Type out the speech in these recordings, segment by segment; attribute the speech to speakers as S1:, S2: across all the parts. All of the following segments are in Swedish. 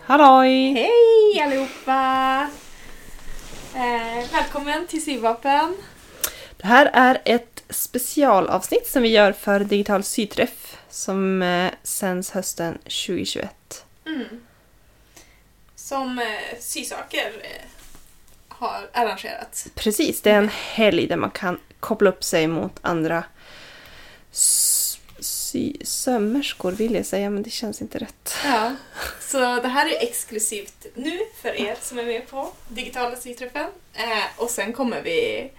S1: Halloj!
S2: Hej allihopa! Eh, välkommen till Syvapen.
S1: Det här är ett specialavsnitt som vi gör för Digital Syträff som eh, sänds hösten 2021.
S2: Mm. Som eh, Sysaker eh, har arrangerat.
S1: Precis, det är en helg där man kan koppla upp sig mot andra s- sy- sömmerskor vill jag säga, men det känns inte rätt.
S2: Ja. Så det här är exklusivt nu för er som är med på digitala Syträffen. Eh, och sen kommer vi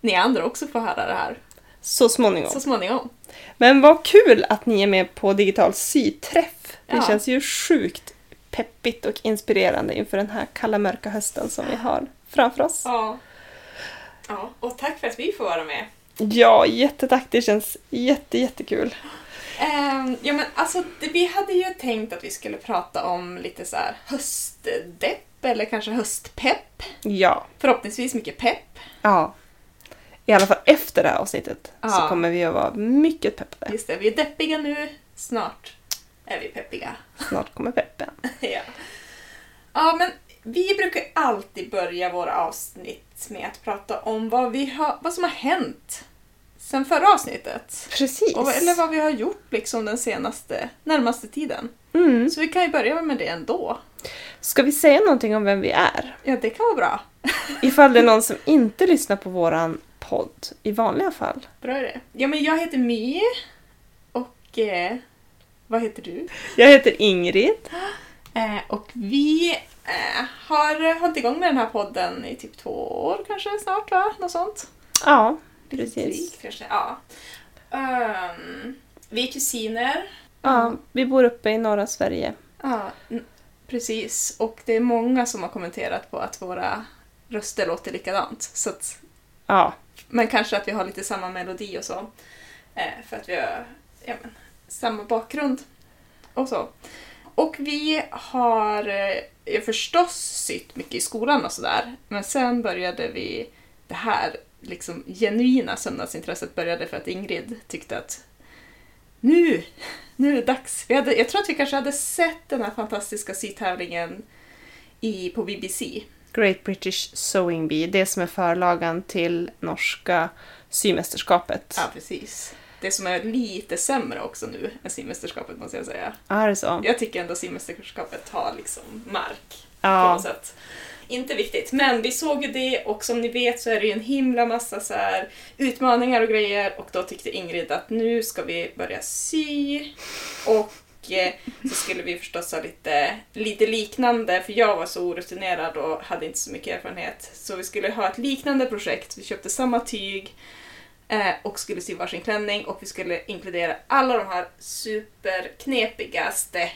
S2: ni andra också få höra det här
S1: Så småningom.
S2: så småningom.
S1: Men vad kul att ni är med på Digital Syträff! Det
S2: Ja.
S1: känns ju sjukt peppigt och inspirerande inför den här kalla mörka hösten som vi har framför oss.
S2: Ja. ja. Och tack för att vi får vara med.
S1: Ja, jättetack. Det känns jätte, jättekul.
S2: Ehm, ja, men alltså, det, vi hade ju tänkt att vi skulle prata om lite så här höstdepp eller kanske höstpepp.
S1: Ja.
S2: Förhoppningsvis mycket pepp.
S1: ja. I alla fall efter det här avsnittet så
S2: Ja.
S1: kommer vi att vara mycket peppade.
S2: Just det, vi är deppiga nu. Snart är vi peppiga.
S1: Snart kommer peppen.
S2: ja. ja, men vi brukar ju alltid börja våra avsnitt med att prata om vad, vi har, vad som har hänt sen förra avsnittet.
S1: Precis.
S2: Och, eller vad vi har gjort liksom den senaste, närmaste tiden.
S1: mm.
S2: Så vi kan ju börja med det ändå.
S1: Ska vi säga någonting om vem vi är?
S2: Ja, det kan vara bra.
S1: Ifall det är någon som inte lyssnar på våran podd i vanliga fall.
S2: Bra idé. Ja, men jag heter My och eh, vad heter du?
S1: Jag heter Ingrid.
S2: Eh, och vi eh, har hållit igång med den här podden i typ två år kanske snart, va? Något sånt.
S1: Ja,
S2: Lite
S1: precis.
S2: drygt kanske. Ja. Ehm, vi är kusiner.
S1: Ja, vi bor uppe i norra Sverige.
S2: Ja, n- precis. Och det är många som har kommenterat på att våra röster låter likadant. Så att,
S1: Ja,
S2: men kanske att vi har lite samma melodi och så. Eh, för att vi har ja, men, samma bakgrund. Och så. Och vi har eh, förstås sytt mycket i skolan och sådär. Men sen började vi det här liksom genuina sömnadsintresset började för att Ingrid tyckte att nu, nu är det dags. Vi hade, jag tror att vi kanske hade sett den här fantastiska sytävlingen i, på BBC.
S1: Great British Sewing Bee, det som är förlagan till norska symästerskapet.
S2: Ja, precis. Det som är lite sämre också nu än simmästerskapet måste jag säga.
S1: Är det så?
S2: Jag tycker ändå simmästerskapet har liksom mark på
S1: Ja.
S2: något sätt. Inte viktigt, men vi såg ju det och som ni vet så är det ju en himla massa så här utmaningar och grejer och då tyckte Ingrid att nu ska vi börja sy och eh, så skulle vi förstås ha lite, lite liknande för jag var så orutinerad och hade inte så mycket erfarenhet så vi skulle ha ett liknande projekt, vi köpte samma tyg eh, och skulle sy varsin klänning och vi skulle inkludera alla de här superknepigaste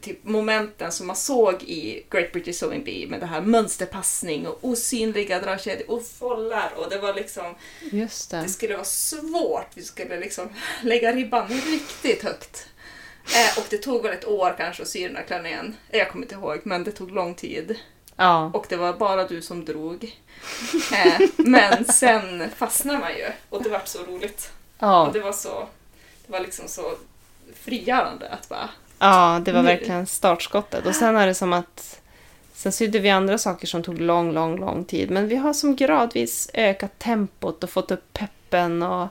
S2: typ momenten som man såg i Great British Sewing Bee med det här mönsterpassning och osynliga dragkedjor och follar och det var liksom,
S1: Just
S2: det skulle vara svårt, vi skulle liksom lägga ribban riktigt högt. Eh, och det tog väl ett år kanske att sy den här klänningen, jag kommer inte ihåg, men det tog lång tid.
S1: Ja.
S2: Och det var bara du som drog. Eh, men sen fastnade man ju och det var så roligt. Och
S1: Ja.
S2: det var så, det var liksom så frigörande att bara
S1: ja, det var
S2: Nu.
S1: verkligen startskottet. Och sen är det som att sen sydde vi andra saker som tog lång, lång, lång tid. Men vi har som gradvis ökat tempot och fått upp peppen och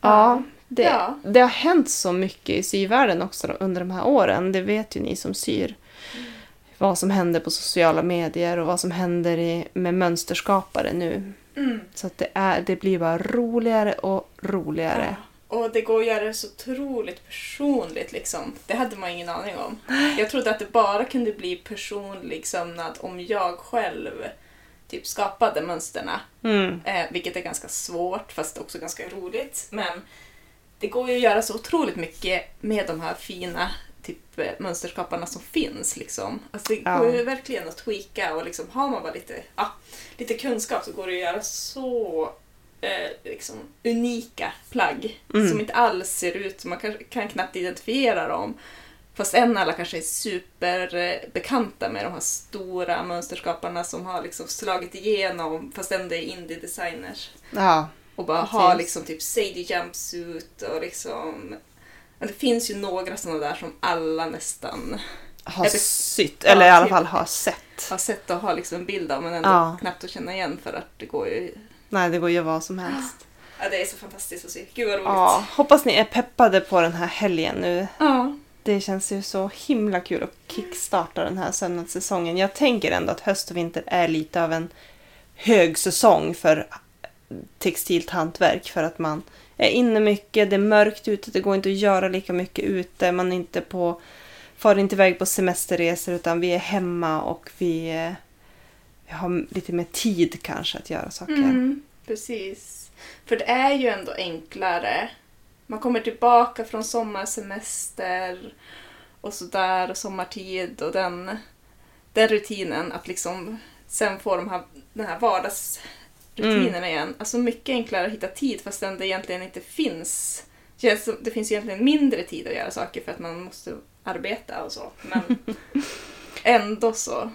S1: ja. Det,
S2: Ja.
S1: det har hänt så mycket i syvärlden också då, under de här åren. Det vet ju ni som syr.
S2: Mm.
S1: Vad som händer på sociala medier och vad som händer i, med mönsterskapare nu.
S2: mm.
S1: Så att det, är, det blir bara roligare och roligare.
S2: Och det går att göra det så otroligt personligt liksom. Det hade man ingen aning om. Jag trodde att det bara kunde bli personlig sömnad om jag själv typ skapade mönsterna.
S1: Mm.
S2: Eh, vilket är ganska svårt fast också ganska roligt. Men det går ju att göra så otroligt mycket med de här fina typ, eh, mönsterskaparna som finns. Liksom. Alltså, det
S1: Ja.
S2: går ju verkligen att tweaka och liksom, har man bara lite, ja, lite kunskap så går det att göra så eh, liksom, unika plagg
S1: Mm.
S2: som inte alls ser ut, man kan, kan knappt identifiera dem. Fast än alla kanske är superbekanta med de här stora mönsterskaparna som har liksom slagit igenom fast ändå är indie-designers.
S1: Ja.
S2: Och bara
S1: Precis.
S2: ha liksom typ Sadie Jumpsuit och liksom... Men Det finns ju några sådana där som alla nästan
S1: har
S2: Eller-
S1: sytt,
S2: ja,
S1: eller i alla
S2: typ.
S1: fall har sett.
S2: har sett och har liksom en bild av men ändå
S1: Ja.
S2: knappt att känna igen för att det går ju...
S1: Nej, det går ju vad som helst.
S2: Ja, det är så fantastiskt att se. Gud vad roligt.
S1: Ja, hoppas ni är peppade på den här helgen nu.
S2: Ja.
S1: Det känns ju så himla kul att kickstarta den här sömnadssäsongen. Jag tänker ändå att höst och vinter är lite av en högsäsong för textilt hantverk för att man är inne mycket, det är mörkt ute, det går inte att göra lika mycket ute, man är inte på, far inte iväg på semesterresor utan vi är hemma och vi, eh, vi har lite mer tid kanske att göra saker.
S2: Mm, precis. För det är ju ändå enklare. Man kommer tillbaka från sommarsemester och sådär och sommartid och den, den rutinen att liksom sen få de här, den här vardagsrutinen igen. Alltså mycket enklare att hitta tid fastän det egentligen inte finns. Känns som- Det finns ju egentligen mindre tid att göra saker för att man måste arbeta och så. Men ändå så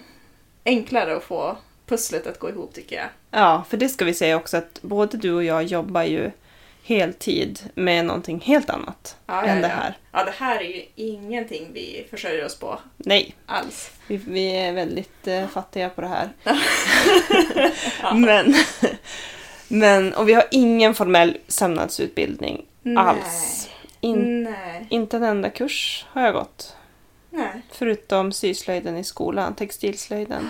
S2: enklare att få pusslet att gå ihop tycker jag.
S1: Ja, för det ska vi säga också att både du och jag jobbar ju heltid med någonting helt annat
S2: Ja,
S1: än
S2: ja,
S1: det
S2: ja.
S1: här.
S2: Ja, det här är ju ingenting vi försörjer oss på
S1: Nej,
S2: alls.
S1: vi, vi är väldigt eh, fattiga på det här. men, men, och vi har ingen formell sömnadsutbildning alls.
S2: Mm.
S1: In,
S2: Nej.
S1: inte en enda kurs har jag gått.
S2: Nej.
S1: Förutom syslöjden i skolan, textilslöjden.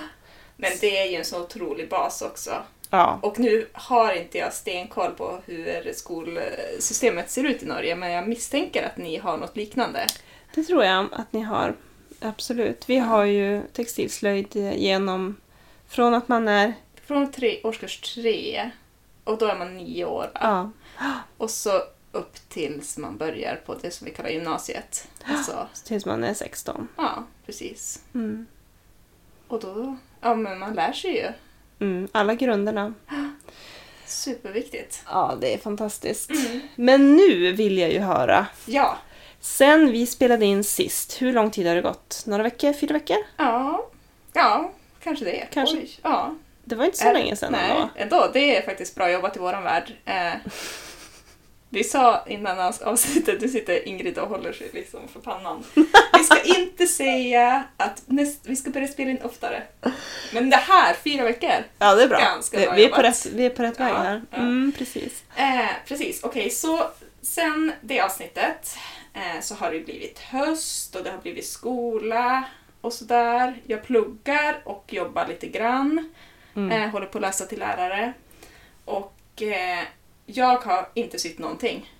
S2: Men det är ju en så otrolig bas också.
S1: Ja,
S2: Och nu har inte jag stenkoll på hur skolsystemet ser ut i Norge, men jag misstänker att ni har något liknande.
S1: Det tror jag att ni har. Absolut. Vi har ju textilslöjd genom från att man är...
S2: Från tre, årskurs tre, och då är man nio år,
S1: Ja,
S2: och så upp tills man börjar på det som vi kallar gymnasiet. Alltså,
S1: tills man är 16.
S2: ja, precis.
S1: Mm.
S2: Och då, ja men man lär sig ju.
S1: Mm, alla grunderna.
S2: Superviktigt.
S1: Ja, det är fantastiskt.
S2: Mm.
S1: Men nu vill jag ju höra.
S2: Ja.
S1: Sen vi spelade in sist, hur lång tid har det gått? Några veckor? Fyra veckor?
S2: Ja, ja kanske det.
S1: Kanske.
S2: Oj, ja.
S1: Det var inte så
S2: Är-
S1: länge sedan
S2: Nej,
S1: ändå.
S2: ändå. Det är faktiskt bra jobbat i våran värld. Eh, vi sa innan ans- avsnittet, nu sitter Ingrid och håller sig liksom för pannan. Vi ska inte säga att näst, vi ska börja spela in oftare. Men det här, fyra veckor.
S1: Ja, det är bra.
S2: Ganska
S1: det,
S2: bra
S1: vi, är på
S2: jobbat.
S1: rätt, vi är på rätt väg
S2: Ja,
S1: här.
S2: ja.
S1: Mm, precis.
S2: Eh, precis, okej så sen det avsnittet eh, så har det ju blivit höst och det har blivit skola och sådär. Jag pluggar och jobbar lite grann.
S1: Mm.
S2: Eh, håller på att läsa till lärare. Och eh, jag har inte sytt någonting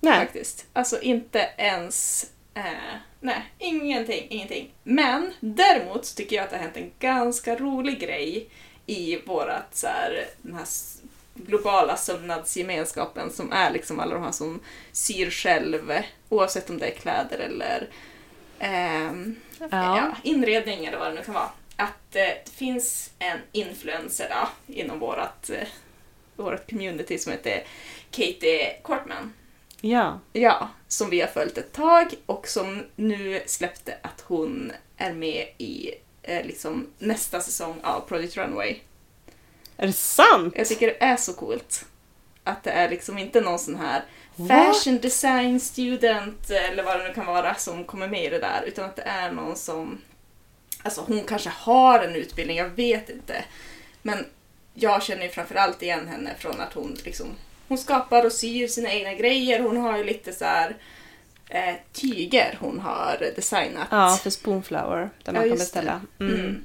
S1: Nej.
S2: faktiskt. Alltså inte ens... Eh, nej, ingenting, ingenting. Men däremot så tycker jag att det har hänt en ganska rolig grej i vårat så här, den här s- globala sömnadsgemenskapen som är liksom alla de här som syr själv oavsett om det är kläder eller ehm, ja.
S1: Ja.
S2: inredning eller vad det nu kan vara. Att eh, det finns en influencer då, inom vårat, eh, vårat community som heter Katie Kortman.
S1: ja.
S2: Ja, som vi har följt ett tag och som nu släppte att hon är med i eh, liksom, nästa säsong av Project Runway.
S1: Är det sant?
S2: Jag tycker det är så coolt. Att det är liksom inte någon sån här
S1: What?
S2: fashion design student eller vad det nu kan vara som kommer med i det där. Utan att det är någon som... Alltså hon kanske har en utbildning, jag vet inte. Men jag känner ju framförallt igen henne från att hon liksom... Hon skapar och syr sina egna grejer. Hon har ju lite så här eh, tyger hon har designat.
S1: Ja, för Spoonflower, där man
S2: Ja,
S1: kan
S2: just det.
S1: beställa. Mm.
S2: Mm.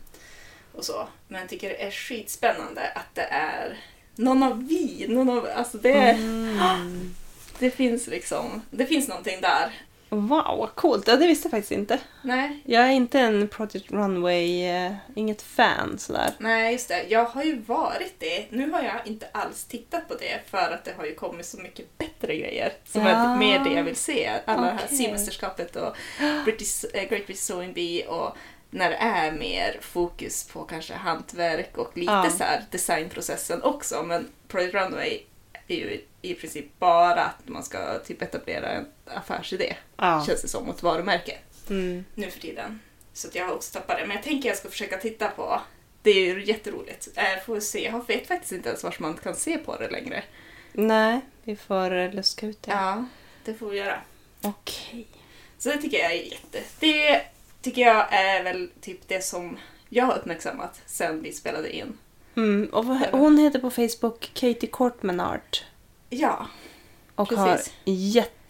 S2: Och så. Men jag tycker det är skitspännande att det är någon av vi, någon av, alltså det,
S1: Mm.
S2: det finns liksom, det finns någonting där.
S1: Wow, coolt! Ja, det visste jag faktiskt inte.
S2: Nej,
S1: Jag är inte en Project Runway, eh, inget fan sådär.
S2: nej just det, jag har ju varit det. Nu har jag inte alls tittat på det för att det har ju kommit så mycket bättre grejer som
S1: Ja.
S2: är mer det jag vill se. Alla det här
S1: Okej.
S2: simmästerskapet och British, eh, Great British Sewing Bee och när det är mer fokus på kanske hantverk och lite
S1: Ja.
S2: så här designprocessen också. Men Project Runway är ju i princip bara att man ska typ etablera en affärsidé,
S1: Ja.
S2: känns det som, och ett varumärke
S1: Mm.
S2: nu för tiden. Så att jag har också tappat det. Men jag tänker jag ska försöka titta på. Det är ju jätteroligt. Eh, får vi se. Jag vet faktiskt inte ens var man kan se på det längre.
S1: Nej, vi får eh, luska ut det.
S2: Ja, det får vi göra.
S1: Okej.
S2: Så det tycker jag är jätte... Det tycker jag är väl typ det som jag har uppmärksammat sen vi spelade in.
S1: Mm, och vad, hon heter på Facebook Katie Cortman Art.
S2: Ja,
S1: Och
S2: Precis.
S1: har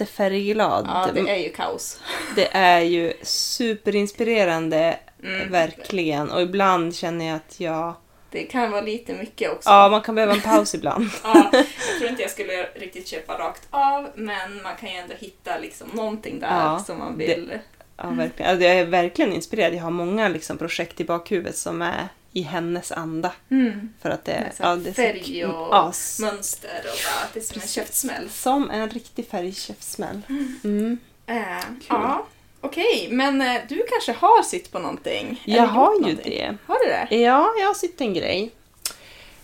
S1: jättefärgglad.
S2: ja det är ju kaos.
S1: det är ju superinspirerande,
S2: Mm.
S1: verkligen. Och ibland känner jag att jag...
S2: Det kan vara lite mycket också.
S1: Ja, man kan behöva en paus ibland.
S2: Ja, jag tror inte jag skulle riktigt köpa rakt av, men man kan ju ändå hitta liksom någonting där
S1: Ja,
S2: som man
S1: det-
S2: vill.
S1: Ja, verkligen. Alltså, jag är verkligen inspirerad. Jag har många liksom, projekt i bakhuvudet som är i hennes anda.
S2: Mm.
S1: För att det,
S2: Med så här
S1: ja, det är så
S2: färg
S1: kul.
S2: och
S1: ja, s-
S2: Mönster och bara, det är som en
S1: Precis.
S2: käftsmäll.
S1: Som en riktig färgkäftsmäll. Mm.
S2: Eh, ja, okej, men eh, du kanske har sitt på någonting? eller
S1: Jag
S2: gjort
S1: har ju
S2: någonting.
S1: det.
S2: Har du det?
S1: Ja, jag har sytt en grej.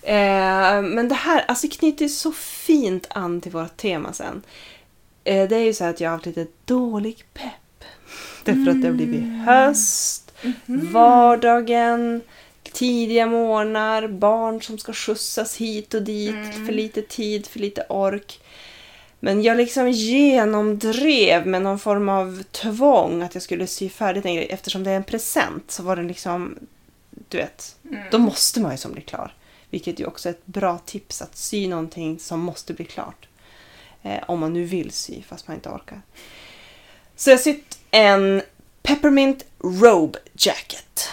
S1: Eh, men det här alltså knyter ju så fint an till vårt tema sen. Eh, det är ju så här att jag har haft lite dålig pepp. Därför att det har blivit höst, vardagen, tidiga morgnar, barn som ska skjutsas hit och dit, för lite tid, för lite ork. Men jag liksom genomdrev med någon form av tvång att jag skulle sy färdigt en grej. Eftersom det är en present så var den liksom, du vet, då måste man ju som bli klar. Vilket ju också är ett bra tips att sy någonting som måste bli klart. Eh, om man nu vill sy fast man inte orkar. Så jag har sytt en Peppermint Robe Jacket.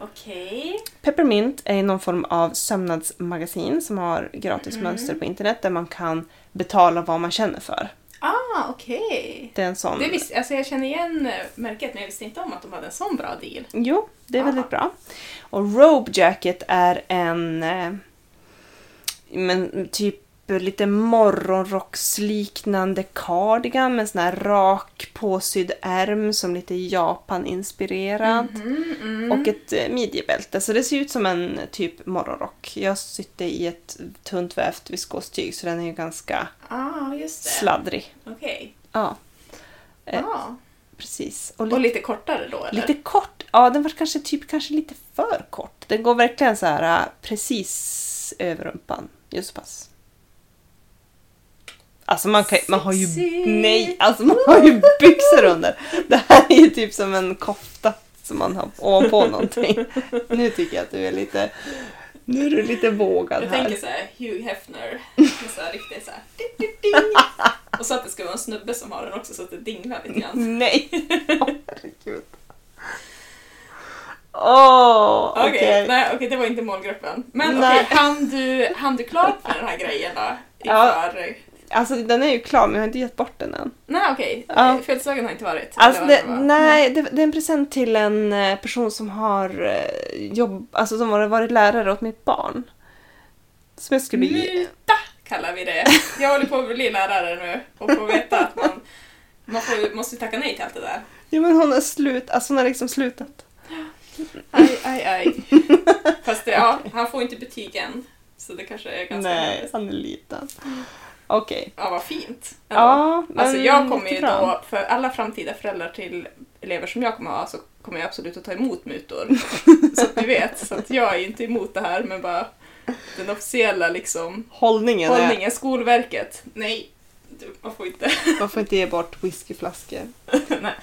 S2: Okej.
S1: Peppermint är någon form av sömnadsmagasin som har gratis mönster på internet där man kan betala vad man känner för.
S2: Ah, okej.
S1: Det är en sån...
S2: Det visst, alltså jag känner igen eh, märket men jag visste inte om att de hade en sån bra deal.
S1: Jo, det är
S2: Ah.
S1: väldigt bra. Och Robe Jacket är en eh, men, typ lite morgonrocksliknande cardigan med sån här rak påsydd ärm som lite Japan-inspirerad.
S2: Mhm, mm.
S1: Och ett eh, midjebälte. Så det ser ut som en typ morgonrock. Jag sytte i ett tunt vävt viskostyg så den är ju ganska
S2: Ah, just det.
S1: sladdrig.
S2: Okej.
S1: Ja, Eh,
S2: Ah.
S1: precis. Och
S2: Och
S1: lite,
S2: lite kortare då eller?
S1: lite kort. Ja, den var kanske typ kanske lite för kort. Den går verkligen så här eh, precis över rumpan. Just pass. Alltså man, kan, man har ju...
S2: Sexy.
S1: Nej, alltså man har ju byxor under. Det här är ju typ som en kofta som man har ovanpå någonting. Nu tycker jag att du är lite... Nu är du lite vågad
S2: Jag
S1: här.
S2: tänker så här, Hugh Hefner. Med så här, riktigt så här, di, di, di. Och så att det ska vara en snubbe som har den också så att det dinglar lite grann.
S1: Nej! Åh, herregud. Åh,
S2: Okej,
S1: okej.
S2: nej, okej, det var inte målgruppen. Men
S1: Nej.
S2: okej, hann, du, hann du klart med den här grejen då?
S1: Ja.
S2: Inför...
S1: Alltså den är ju klar men jag har inte gett bort den än.
S2: Nej okej,
S1: Ja.
S2: Eh, födelsedagen har inte varit.
S1: Alltså,
S2: eller
S1: det,
S2: vad var.
S1: nej, det, det är en present till en eh, person som har eh, jobb, alltså som har varit lärare åt mitt barn. Som jag skulle ge.
S2: Muta kallar vi det. Jag håller på att bli lärare nu och får veta att man, man får, måste tacka nej till allt det där.
S1: Ja men hon har slut, alltså hon har liksom slutat.
S2: Aj, aj, aj. Fast det, ja, han får inte betyg än. Så det kanske är ganska
S1: Nej,
S2: nervöst.
S1: han är liten. Okej.
S2: Mm. Ja, vad fint. ändå.
S1: Ja, men
S2: alltså jag kommer ju
S1: jättebra.
S2: då, för alla framtida föräldrar till elever som jag kommer ha så kommer jag absolut att ta emot mutor. så att du vet, så att jag är inte emot det här men bara den officiella liksom
S1: Hållningen är,
S2: hållningen, Skolverket. Nej, du, man får inte.
S1: man får inte ge bort whiskyflaskor.
S2: Nej.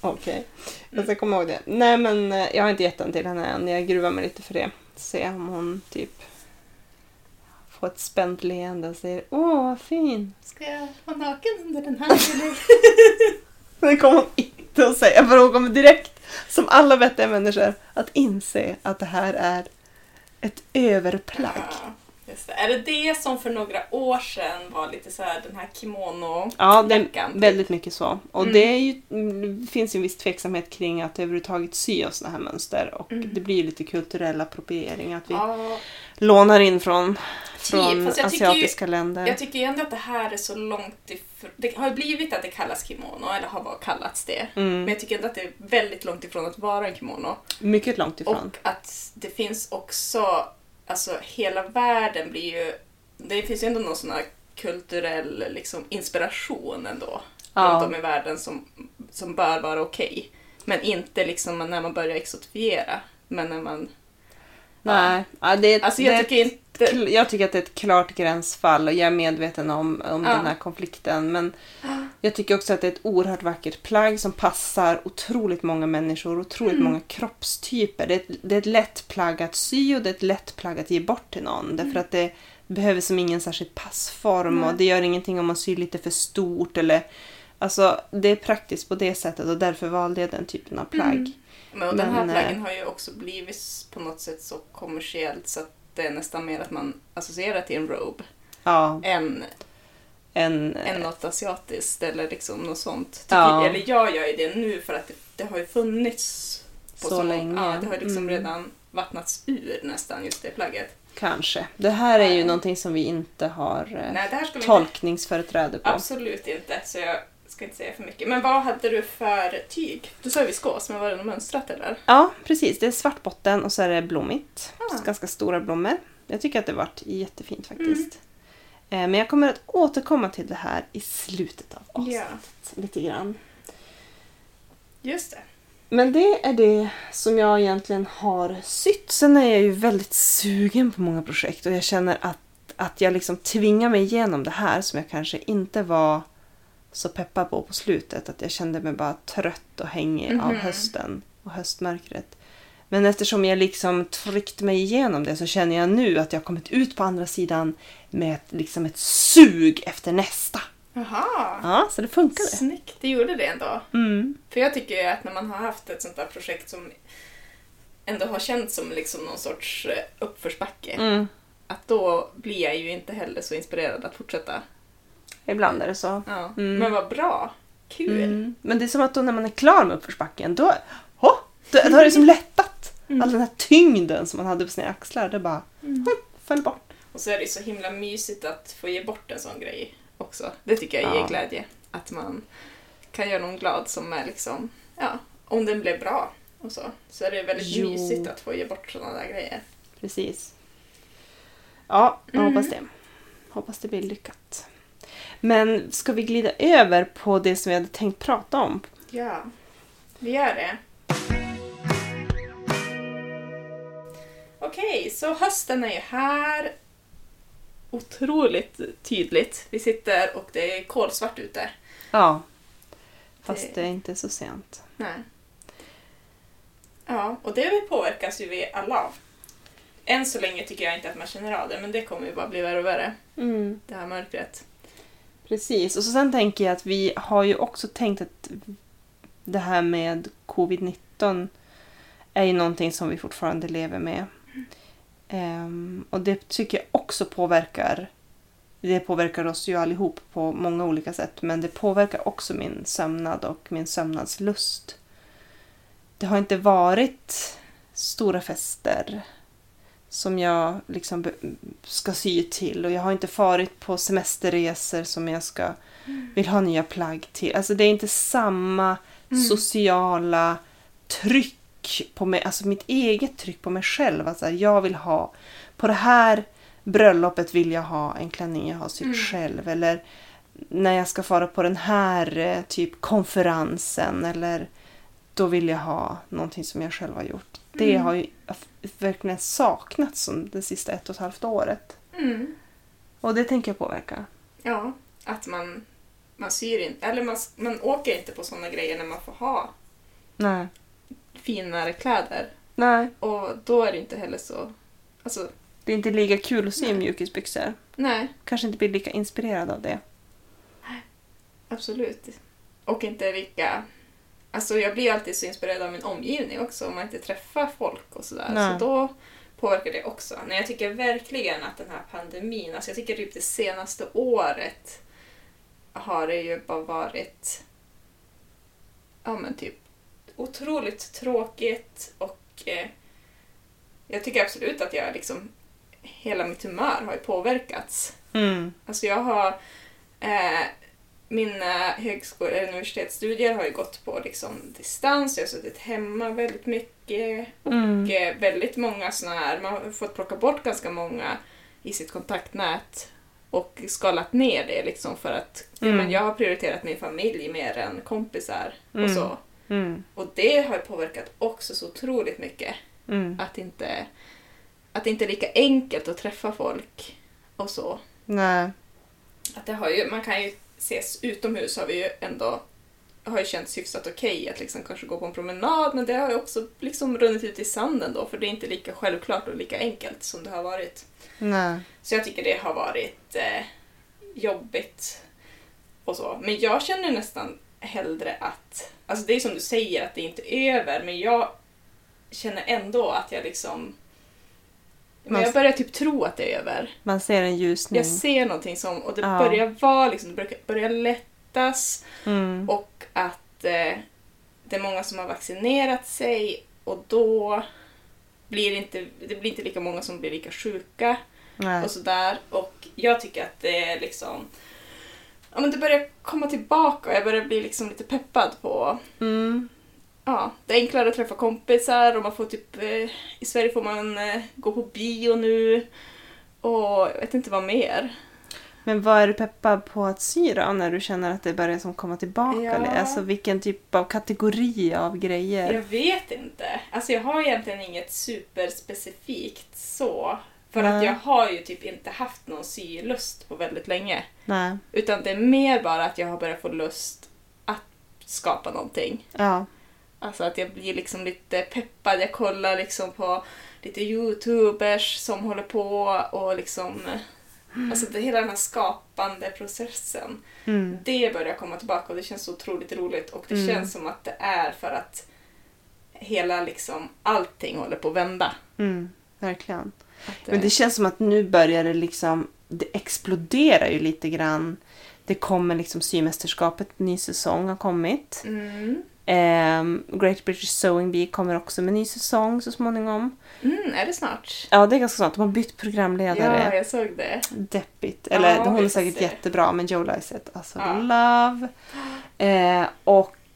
S1: Okej, jag
S2: Mm.
S1: ska komma ihåg det. Nej men eh, jag har inte gett den till henne än, jag gruvar mig lite för det. Se om hon typ får ett spänt leende och säger åh vad fin.
S2: Ska jag vara naken under den här? Eller?
S1: Det kommer hon inte att säga för hon kommer direkt, som alla vettiga människor, att inse att det här är ett överplagg.
S2: Ja, just det. Är det det som för några år sedan var lite så här den här kimono...
S1: Ja, det är
S2: Jackan, typ.
S1: väldigt mycket så. Och
S2: Mm.
S1: det är ju, mm, finns ju en viss tveksamhet kring att överhuvudtaget sy av sådana här mönster. Och
S2: Mm.
S1: det blir ju lite kulturell appropriering att vi
S2: Ja,
S1: lånar in från,
S2: typ.
S1: från
S2: Fast jag tycker, ju,
S1: asiatiska länder.
S2: jag tycker ju ändå att det här är så långt ifrån... Det har ju blivit att det kallas kimono, eller har bara kallats det. Men
S1: mm.
S2: jag tycker ändå att det är väldigt långt ifrån att vara en kimono.
S1: Mycket långt ifrån.
S2: Och att det finns också... Alltså hela världen blir ju... Det finns ju ändå någon sån här kulturell liksom, inspiration ändå. runt om
S1: ja.
S2: i världen som, som bör vara okej. Men inte liksom när man börjar exotifiera. Men när man...
S1: Nej, ja, det är ett,
S2: Alltså
S1: det
S2: jag
S1: är ett
S2: tycker inte...
S1: Kl- Jag tycker att det är ett klart gränsfall och jag är medveten om, om
S2: Ja.
S1: den här konflikten. Men Jag tycker också att det är ett oerhört vackert plagg som passar otroligt många människor, otroligt
S2: Mm.
S1: många kroppstyper. Det är, ett, det är ett lätt plagg att sy och det är ett lätt plagg att ge bort till någon. Därför att det behöver som ingen särskild passform
S2: Mm. Nej.
S1: och det gör ingenting om man syr lite för stort eller... Alltså, det är praktiskt på det sättet och därför valde jag den typen av plagg.
S2: Mm. Men, och den här
S1: Men, eh,
S2: plaggen har ju också blivit s- på något sätt så kommersiellt så att det är nästan mer att man associerar till en robe
S1: Ja,
S2: än,
S1: en...
S2: än något asiatiskt eller liksom något sånt. Tycker,
S1: Eh. Ja.
S2: Eller jag gör ju det nu för att det, det har ju funnits på
S1: Så länge.
S2: Ja, det har ju liksom
S1: Mm.
S2: redan vattnats ur nästan just det plagget.
S1: Kanske. Det här är ju
S2: Nej.
S1: någonting som vi inte har eh,
S2: Nej, det här skulle inte,
S1: tolkningsföreträde på.
S2: absolut inte så jag ska inte säga för mycket. Men vad hade du för tyg? Du sa ju viskos, men var det något mönstrat eller?
S1: Ja, precis. Det är svart botten och så är det blommigt.
S2: Ah.
S1: Så Ganska stora blommor. Jag tycker att det vart jättefint faktiskt. Eh, Men jag kommer att återkomma till det här i slutet av avsnittet.
S2: Mm. Ja,
S1: Lite grann.
S2: just det.
S1: Men det är det som jag egentligen har sytt. Sen är jag ju väldigt sugen på många projekt och jag känner att, att jag liksom tvingar mig igenom det här som jag kanske inte var så peppad på på slutet. Att jag kände mig bara trött och hängig av
S2: Mhm.
S1: hösten och höstmörkret. Men eftersom jag liksom tryckte mig igenom det så känner jag nu att jag har kommit ut på andra sidan med ett, liksom ett sug efter nästa.
S2: Jaha,
S1: Ja, så det funkade.
S2: snyggt. Det gjorde det ändå.
S1: Mm.
S2: För jag tycker ju att när man har haft ett sånt där projekt som ändå har känts som liksom någon sorts eh, uppförsbacke,
S1: Mm.
S2: att då blir jag ju inte heller så inspirerad att fortsätta.
S1: Ibland är det så.
S2: Ja.
S1: Mm.
S2: Men vad bra! Kul!
S1: Mm. Men det är som att då när man är klar med uppförsbacken, då, oh, då, då har det som lättat. All den här tyngden som man hade på sina axlar, det bara
S2: Mm.
S1: hm, föll bort.
S2: Och så är det ju så himla mysigt att få ge bort en sån grej också. Det tycker jag ger
S1: Ja.
S2: glädje. Att man kan göra någon glad som är liksom, ja, om den blev bra och så. Så är det väldigt
S1: Jo.
S2: mysigt att få ge bort sådana där grejer.
S1: Precis. Ja, jag
S2: Mm.
S1: hoppas det. Hoppas det blir lyckat. Men ska vi glida över på det som vi hade tänkt prata om?
S2: Ja, vi gör det. Okej, så hösten är ju här. Otroligt tydligt. Vi sitter och det är kolsvart ute.
S1: Ja. Fast det är inte så sent.
S2: Nej. Ja, och det påverkas ju vi alla av. Än så länge tycker jag inte att man känner av det, men det kommer ju bara bli värre och värre,
S1: Mm.
S2: det här mörkret.
S1: Precis, och så sen tänker jag att vi har ju också tänkt att det här med covid-19 är ju någonting som vi fortfarande lever med. Ehm, och det tycker jag också påverkar. Det påverkar oss ju allihop på många olika sätt, men det påverkar också min sömnad och min sömnadslust. Det har inte varit stora fester som jag liksom be- ska sy till och jag har inte farit på semesterresor som jag ska vill ha nya plagg till. Alltså det är inte samma
S2: Mm.
S1: sociala tryck på mig, alltså mitt eget tryck på mig själv. Alltså jag vill ha, på det här bröllopet vill jag ha en klänning jag har sytt
S2: Mm.
S1: själv eller när jag ska fara på den här eh, typ konferensen eller då vill jag ha någonting som jag själv har gjort. Det
S2: Mm.
S1: har ju verkligen saknats som det sista ett och ett halvt året.
S2: Mm.
S1: Och det tänker jag påverka.
S2: Ja, att man, man syr inte, eller man, man åker inte på sådana grejer när man får ha
S1: Nej.
S2: finare kläder.
S1: Nej,
S2: Och då är det inte heller så... Alltså,
S1: det är inte lika kul att se
S2: Nej.
S1: mjukisbyxor.
S2: nej,
S1: Kanske inte blir lika inspirerad av det.
S2: absolut. Och inte lika... Alltså jag blir alltid så inspirerad av min omgivning också om man inte träffar folk och sådär.
S1: Nej.
S2: Så då påverkar det också. Men jag tycker verkligen att den här pandemin, alltså jag tycker typ det senaste året har det ju bara varit ja men typ otroligt tråkigt och eh, jag tycker absolut att jag liksom hela mitt humör har ju påverkats.
S1: Mm.
S2: Alltså jag har... Eh, mina högskole eller eh, universitetsstudier har ju gått på liksom distans, jag har suttit hemma väldigt mycket. Och
S1: Mm.
S2: eh, väldigt många såna här, man har fått plocka bort ganska många i sitt kontaktnät och skalat ner det liksom för att
S1: Mm.
S2: men jag har prioriterat min familj mer än kompisar och
S1: Mm.
S2: så.
S1: Mm.
S2: Och det har ju påverkat också så otroligt mycket
S1: Mm.
S2: att inte, att det inte är lika enkelt att träffa folk och så.
S1: Nej.
S2: Att det har ju, man kan ju ses utomhus har vi ju ändå har ju känts hyfsat okej att liksom kanske gå på en promenad men det har ju också liksom runnit ut i sanden då för det är inte lika självklart och lika enkelt som det har varit.
S1: Nej.
S2: Så jag tycker det har varit eh, jobbigt och så. Men jag känner nästan hellre att, alltså det är som du säger att det inte är över men jag känner ändå att jag liksom men
S1: Man-
S2: jag börjar typ tro att det är över.
S1: Man ser en ljusning.
S2: Jag ser någonting som, och det
S1: Ja.
S2: börjar vara liksom, det brukar- börjar lättas
S1: Mm.
S2: och att eh, det är många som har vaccinerat sig och då blir det inte, det blir inte lika många som blir lika sjuka
S1: Nej.
S2: och sådär. Och jag tycker att det är liksom, ja men det börjar komma tillbaka och jag börjar bli liksom lite peppad på
S1: Mm.
S2: Ja, det är enklare att träffa kompisar och man får typ... Eh, I Sverige får man eh, gå på bio nu och jag vet inte vad mer.
S1: Men vad är du peppad på att sy då, när du känner att det börjar som komma tillbaka?
S2: Ja.
S1: eller? Alltså vilken typ av kategori av grejer?
S2: Jag vet inte. Alltså jag har egentligen inget superspecifikt så. För att
S1: Nej.
S2: jag har ju typ inte haft någon sylust på väldigt länge.
S1: Nej.
S2: Utan det är mer bara att jag har börjat få lust att skapa någonting.
S1: Ja.
S2: Alltså att jag blir liksom lite peppad. Jag kollar liksom på lite youtubers som håller på och liksom... Alltså det, hela den här skapande processen.
S1: Mm.
S2: Det börjar komma tillbaka och det känns så otroligt roligt. Och det
S1: Mm.
S2: känns som att det är för att hela liksom allting håller på att vända.
S1: Mm. Verkligen.
S2: Att,
S1: Men det känns som att nu börjar det liksom, det exploderar ju lite grann. Det kommer liksom symästerskapet, ny säsong har kommit.
S2: mm.
S1: Ehm, Great British Sewing Bee kommer också med ny säsong så småningom.
S2: Mm, är det snart?
S1: Ja, det är ganska snart. De har bytt
S2: Ja,
S1: programledare.
S2: jag såg det.
S1: Deppigt. Eller
S2: Ja,
S1: hon är
S2: visst.
S1: säkert jättebra, men Joe Lycett, alltså
S2: Ja.
S1: love. Eh, och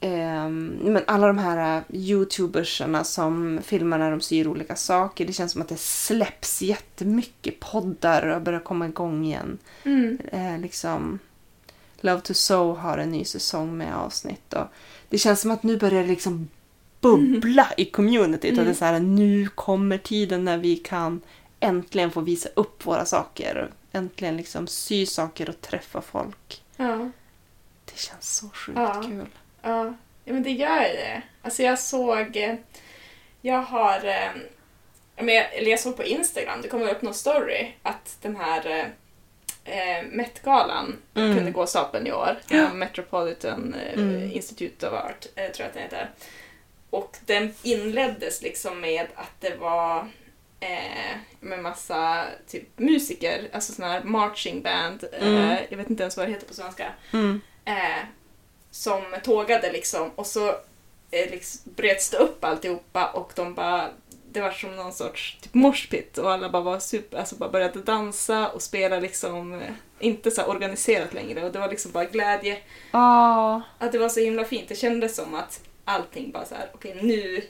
S1: ehm, men alla de här eh, youtubersarna som filmar när de syr olika saker. Det känns som att det släpps jättemycket poddar och börjar komma igång igen.
S2: Mm.
S1: Eh, liksom, Love to Sew har en ny säsong med avsnitt. Och det känns som att nu börjar det liksom bubbla i communityt.
S2: Mm.
S1: Och det är så här, nu kommer tiden när vi kan äntligen få visa upp våra saker. Och äntligen liksom sy saker och träffa folk.
S2: Ja.
S1: Det känns så sjukt
S2: Ja.
S1: kul.
S2: Ja, ja, men det gör ju det. Alltså jag såg... eh, Jag har... eh, ja, men jag- Eller jag såg på Instagram, det kom upp någon story, att den här eh, eh, Met-galan
S1: Mm.
S2: kunde gå av stapeln i år. Den här Metropolitan eh,
S1: Mm.
S2: Institute of Art, eh, tror jag att den heter. Och den inleddes liksom med att det var eh, med massa typ, musiker, alltså såna här marching band, eh,
S1: Mm.
S2: jag vet inte ens vad det heter på svenska
S1: Mm.
S2: eh, som tågade liksom och så eh, liksom, bröts det upp alltihopa och de bara det var som någon sorts typ morspitt och alla bara var super, alltså bara började dansa och spela liksom eh, inte så här organiserat längre och det var liksom bara glädje.
S1: Ja.
S2: Att det var så himla fint. Det kändes som att allting bara så här okej nu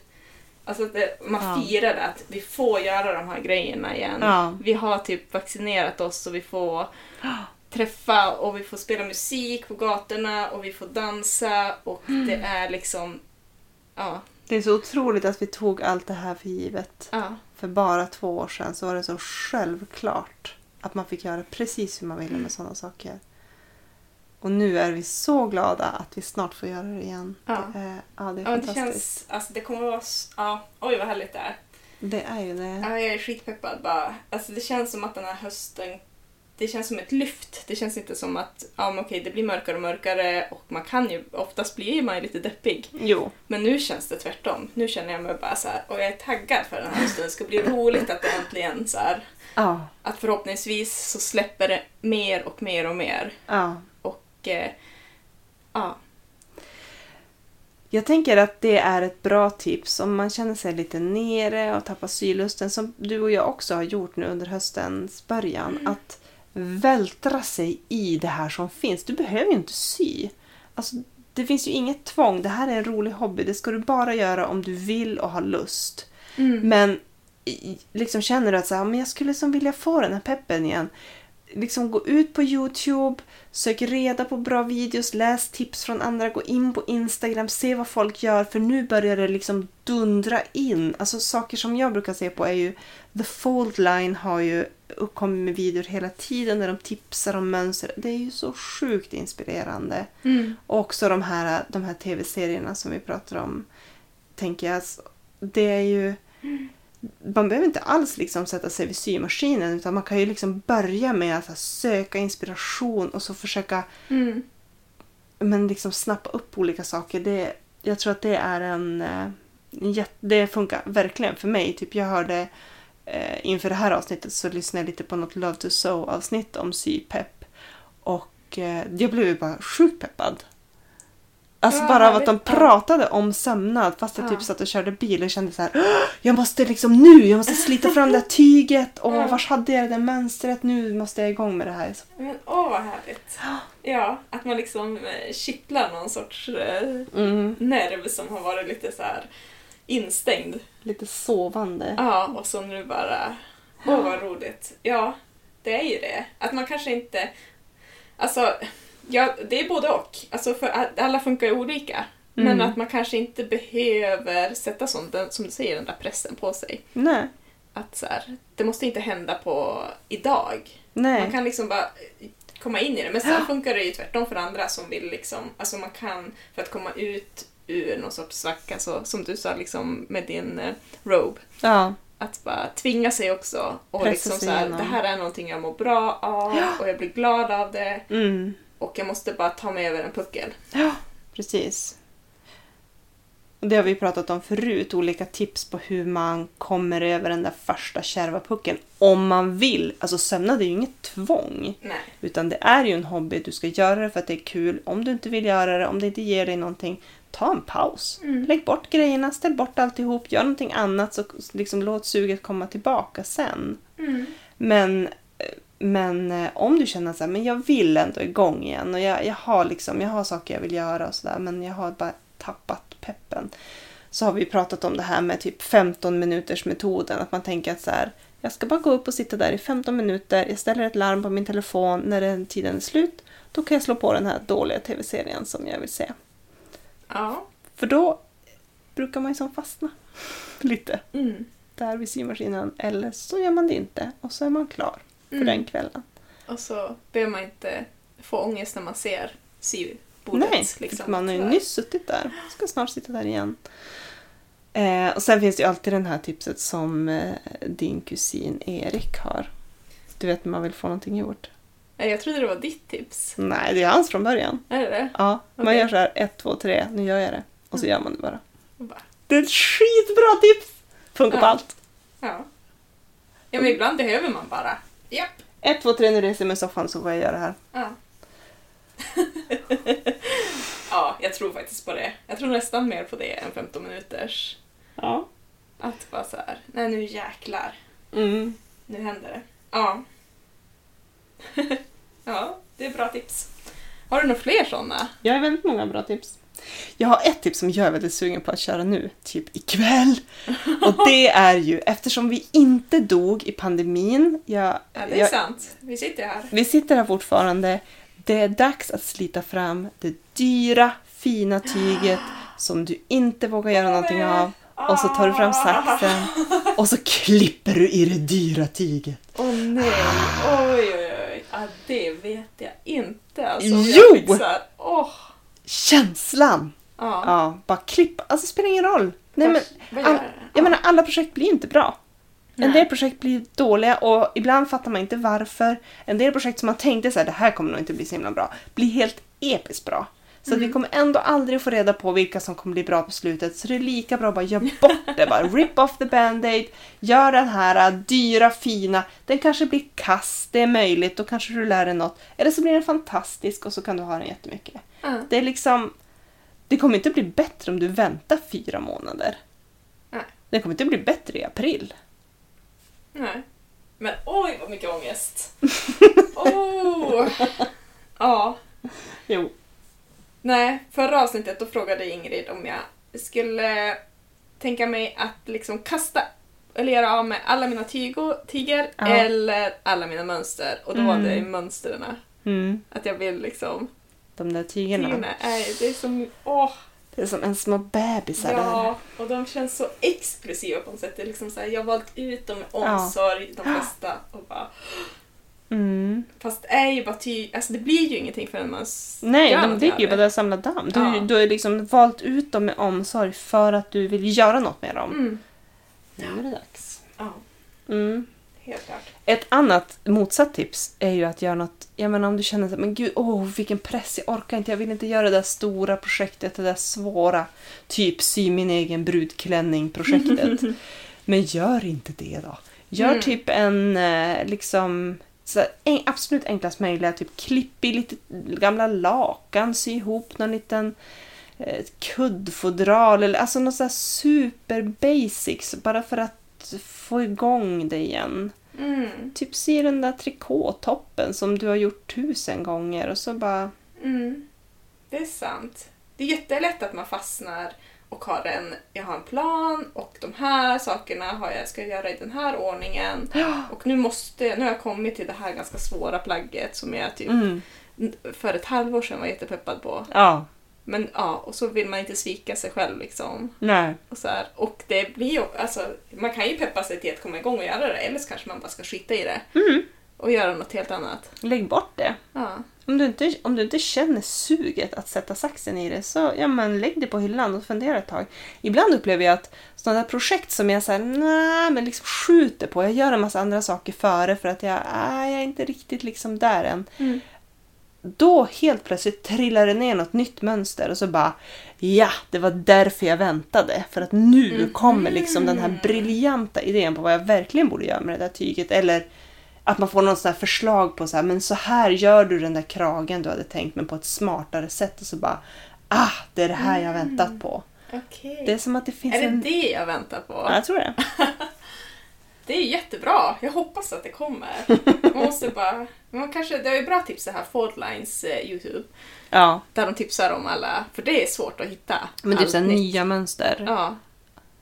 S2: Alltså att det, man
S1: Ja.
S2: firade att vi får göra de här grejerna igen.
S1: Ja.
S2: Vi har typ vaccinerat oss och vi får träffa och vi får spela musik på gatorna och vi får dansa och
S1: Mm.
S2: det är liksom... Ja.
S1: Det är så otroligt att vi tog allt det här för givet.
S2: ja.
S1: För bara två år sedan så var det så självklart att man fick göra precis hur man ville
S2: Mm.
S1: med sådana saker. Och nu är vi så glada att vi snart får göra det igen.
S2: Ja.
S1: Det är, ja, det är
S2: ja men det
S1: fantastiskt.
S2: känns... Alltså det kommer vara... s- Ja, oj vad härligt det är.
S1: Det är ju det.
S2: Ja, jag är skitpeppad bara. Alltså det känns som att den här hösten... Det känns som ett lyft. Det känns inte som att ja, men okej, det blir mörkare och mörkare och man kan ju... Oftast blir man ju lite deppig.
S1: Jo.
S2: Men nu känns det tvärtom. Nu känner jag mig bara så här, och jag är taggad för den här hösten. Det ska bli roligt att det äntligen så här...
S1: Ja.
S2: att förhoppningsvis så släpper det mer och mer och mer.
S1: ja.
S2: Och eh, ja,
S1: Jag tänker att det är ett bra tips om man känner sig lite nere och tappar sylusten som du och jag också har gjort nu under höstens början. Att vältra sig i det här som finns. Du behöver ju inte sy. Alltså, det finns ju inget tvång. Det här är en rolig hobby. Det ska du bara göra om du vill och har lust.
S2: Mm.
S1: Men i- liksom känner du att så här, men jag skulle som vilja få den här peppen igen. liksom gå ut på Youtube, sök reda på bra videos, läs tips från andra, gå in på Instagram, se vad folk gör för nu börjar det liksom dundra in. Alltså saker som jag brukar se på är ju The Fold Line har ju uppkommit med videor hela tiden där de tipsar om mönster. Det är ju så sjukt inspirerande.
S2: Mm.
S1: Och också de här, de här tv-serierna som vi pratar om. Tänker jag, alltså, det är ju... Man behöver inte alls liksom sätta sig vid symaskinen utan man kan ju liksom börja med att så här söka inspiration och så försöka
S2: Mm.
S1: men liksom snappa upp olika saker. Det, jag tror att det är en... eh, en jätte- Det funkar verkligen för mig. Typ jag hörde eh, inför det här avsnittet så lyssnade jag lite på något Love to Sew avsnitt om sypepp. Och eh, jag blev ju bara sjukt peppad. Alltså
S2: Ja,
S1: bara av att de
S2: härligt. Ja.
S1: pratade om sömnad fast jag
S2: Ja.
S1: typ satt och körde bil och kände så här. "Åh, Jag måste liksom nu, jag måste slita fram det här tyget och
S2: Ja.
S1: vars hade jag det där mönstret? Nu måste jag igång med det här. Så,
S2: Men åh vad härligt. Ja, att man liksom eh, kittlar någon sorts eh,
S1: mm,
S2: nerv som har varit lite så här instängd.
S1: lite sovande.
S2: Ja, och så nu bara... Åh, vad roligt. Ja, det är ju det. Att man kanske inte... Alltså, ja, det är både och. Alltså, för a- alla funkar ju olika. Men
S1: Mm.
S2: att man kanske inte behöver sätta sån, den, som du säger, den där pressen på sig.
S1: Nej.
S2: Att så här, det måste inte hända på idag.
S1: Nej.
S2: Man kan liksom bara komma in i det. Men sen funkar det ju tvärtom för andra som vill liksom, alltså man kan, för att komma ut ur någon sorts svacka, så, som du sa liksom med din eh, robe,
S1: Ja.
S2: att bara tvinga sig också och
S1: Pressa
S2: liksom
S1: sig
S2: så här,
S1: igenom.
S2: det här är någonting jag mår bra av
S1: Ja.
S2: och jag blir glad av det
S1: Mm.
S2: och jag måste bara ta mig över en puckel.
S1: Ja, precis. Och Det har vi pratat om förut, olika tips på hur man kommer över den där första kärva pucken. Om man vill. Alltså sömnad är ju inget tvång.
S2: Nej.
S1: Utan det är ju en hobby, du ska göra det för att det är kul. Om du inte vill göra det, om det inte ger dig någonting, ta en paus.
S2: Mm.
S1: Lägg bort grejerna, ställ bort alltihop, gör någonting annat så liksom låt suget komma tillbaka sen. Men, men eh, om du känner så här, men jag vill ändå igång igen och jag, jag, har, liksom, jag har saker jag vill göra och sådär men jag har bara tappat peppen. Så har vi pratat om det här med typ 15 minuters metoden. Att man tänker att så här, jag ska bara gå upp och sitta där i 15 minuter. Jag ställer ett larm på min telefon. När den tiden är slut, då kan jag slå på den här dåliga tv-serien som jag vill se.
S2: Ja.
S1: För då brukar man ju som fastna lite
S2: Mm.
S1: där vid symaskinen. Eller så gör man det inte och så är man klar för
S2: Mm.
S1: den kvällen.
S2: Och så behöver man inte få ångest när man ser sybordet.
S1: Nej,
S2: liksom,
S1: för man har ju nyss suttit där. Ska snart sitta där igen. Eh, och sen finns det ju alltid den här tipset som eh, din kusin Erik har. Du vet när man vill få någonting gjort.
S2: Nej, Jag trodde det var ditt tips.
S1: Nej, det är hans från början.
S2: Är det det?
S1: Ja, man
S2: Okej.
S1: gör så här 1, 2, 3, nu gör jag det. Och så gör man det bara.
S2: Och bara,
S1: Det är ett skitbra tips! Funkar på
S2: Ja.
S1: allt.
S2: Ja. ja, men ibland behöver man bara. Japp.
S1: 1, 2, 3, nu reser jag mig i soffan så får jag göra det här.
S2: Ja. ja, jag tror faktiskt på det. Jag tror nästan mer på det än 15 minuters.
S1: Ja.
S2: Att bara så här, nej nu jäklar,
S1: Mm.
S2: nu händer det. Ja. ja, det är bra tips. Har du några fler sådana?
S1: Jag har väldigt många bra tips. Jag har ett tips som jag är väldigt sugen på att köra nu, typ ikväll. Och det är ju, eftersom vi inte dog i pandemin, jag,
S2: Ja, det är
S1: jag,
S2: sant. Vi sitter ju här.
S1: vi sitter här fortfarande, det är dags att slita fram det dyra, fina tyget som du inte vågar göra någonting av. Och så tar du fram saxen och så klipper du i det dyra tyget.
S2: Åh nej, oj oj oj. Ja, det vet jag inte alltså. om
S1: Jo!
S2: Jag fick så här, åh.
S1: Känslan!
S2: Ja.
S1: Ja, bara klipp. Alltså det spelar ingen roll. Nej, men,
S2: Vad
S1: all,
S2: gör
S1: jag menar, alla projekt blir inte bra. En
S2: Nej.
S1: del projekt blir dåliga och ibland fattar man inte varför. En del projekt som man tänkte så här, det här kommer nog inte bli så himla bra, blir helt episkt bra. Så
S2: Mm.
S1: att vi kommer ändå aldrig få reda på vilka som kommer bli bra på slutet. Så det är lika bra att bara göra bort det. Bara rip off the band-aid. Gör den här äh, dyra, fina. Den kanske blir kass, det är möjligt. Då kanske du lär dig något. Eller så blir den fantastisk och så kan du ha den jättemycket.
S2: Ja.
S1: Det är liksom... Det kommer inte bli bättre om du väntar fyra månader.
S2: Nej.
S1: Det kommer inte bli bättre i april.
S2: Nej. Men oj vad mycket ångest. oh. Ja.
S1: Jo.
S2: Nej, förra avsnittet då frågade Ingrid om jag skulle tänka mig att liksom kasta eller göra av med alla mina tygo, tyger
S1: Ja.
S2: eller alla mina mönster. Och då
S1: Mm.
S2: var det mönstren.
S1: Mm.
S2: Att jag vill liksom...
S1: De där tygerna.
S2: Tygerna är, det är som... Åh!
S1: Det är som en små bebisar där.
S2: Ja, och de känns så exklusiva på något sätt. Det är liksom så här, jag har valt ut dem med omsorg, de flesta. Och bara,
S1: Mm.
S2: fast det är ju bara ty... Alltså det blir ju ingenting förrän man... s-
S1: Nej,
S2: gör
S1: de
S2: något
S1: ligger ju
S2: med det.
S1: bara där och samlar damm. Du,
S2: Ja.
S1: du har ju liksom valt ut dem med omsorg för att du vill göra något med dem.
S2: Mm.
S1: Nu är det dags.
S2: Ja,
S1: Mm.
S2: helt klart.
S1: Ett annat motsatt tips är ju att göra något, jag menar om du känner att men gud, åh vilken press, jag orkar inte, jag vill inte göra det där stora projektet, det där svåra, typ sy min egen brudklänning-projektet. men gör inte det då. Gör
S2: Mm.
S1: typ en, eh, liksom, så här, en, absolut enklast möjliga, typ klipp i lite gamla lakan, sy ihop någon liten eh, kuddfodral eller alltså något sådär super basics bara för att få igång det igen.
S2: Mm.
S1: Typ sy den där trikåtoppen som du har gjort tusen gånger och så bara...
S2: Mm. Det är sant. Det är jättelätt att man fastnar och har en, jag har en plan och de här sakerna har jag, ska jag göra i den här ordningen. Och nu måste jag, nu har jag kommit till det här ganska svåra plagget som jag typ
S1: Mm.
S2: för ett halvår sedan var jättepeppad på.
S1: Ja,
S2: Men ja, och så vill man inte svika sig själv liksom.
S1: nej.
S2: Och, så här. och det blir ju, alltså, man kan ju peppa sig till att komma igång och göra det, eller så kanske man bara ska skita i det
S1: Mm.
S2: och göra något helt annat.
S1: Lägg bort det.
S2: Ja,
S1: Om du, inte, om du inte känner suget att sätta saxen i det så ja, men lägg det på hyllan och fundera ett tag. Ibland upplever jag att sådana där projekt som jag så här, nej, men liksom skjuter på, jag gör en massa andra saker före för att jag, nej, jag är inte riktigt liksom där än.
S2: Mm.
S1: Då helt plötsligt trillar det ner något nytt mönster och så bara ja, det var därför jag väntade. För att nu
S2: Mm.
S1: kommer liksom den här briljanta idén på vad jag verkligen borde göra med det där tyget. Eller att man får någon sån här förslag på så här, men så här gör du den där kragen du hade tänkt men på ett smartare sätt och så bara ah, det är det här jag väntat på.
S2: okej.
S1: Det är som att det finns
S2: Mm. Är det
S1: en...
S2: det jag väntar på?
S1: Ja, jag tror det.
S2: Det är jättebra. Jag hoppas att det kommer. Man måste bara... Man kanske, det är ju bra tips det här Fordlines eh, Youtube.
S1: Ja,
S2: Där de tipsar om alla, för det är svårt att hitta.
S1: men typ
S2: allt
S1: såhär
S2: nytt.
S1: nya mönster.
S2: Ja.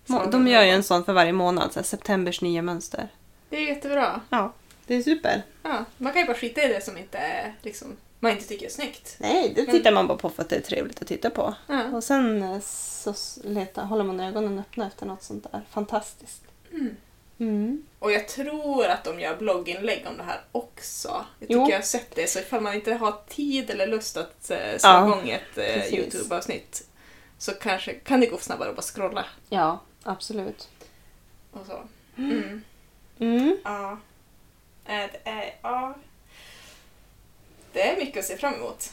S1: Må- De gör ju en sån för varje månad, så här, septembers nya mönster.
S2: Det är jättebra.
S1: Ja, det är super.
S2: Ja. Man kan ju bara skita i det som inte är, liksom, man inte tycker är snyggt.
S1: Nej, det tittar man bara på för att det är trevligt att titta på.
S2: Ja.
S1: Och sen eh, så s- letar, håller man ögonen öppna efter något sånt där fantastiskt.
S2: Mm.
S1: Mm.
S2: Och jag tror att de gör blogginlägg om det här också. Jag tycker
S1: Jo.
S2: jag har sett det, så ifall man inte har tid eller lust att eh, slå
S1: Ja,
S2: igång ett eh,
S1: precis.
S2: Youtube-avsnitt så kanske kan det gå snabbare att bara scrolla
S1: Ja, absolut.
S2: och så. Mm.
S1: Mm.
S2: Ja. Eh, Det är, ja. det är mycket att se fram emot.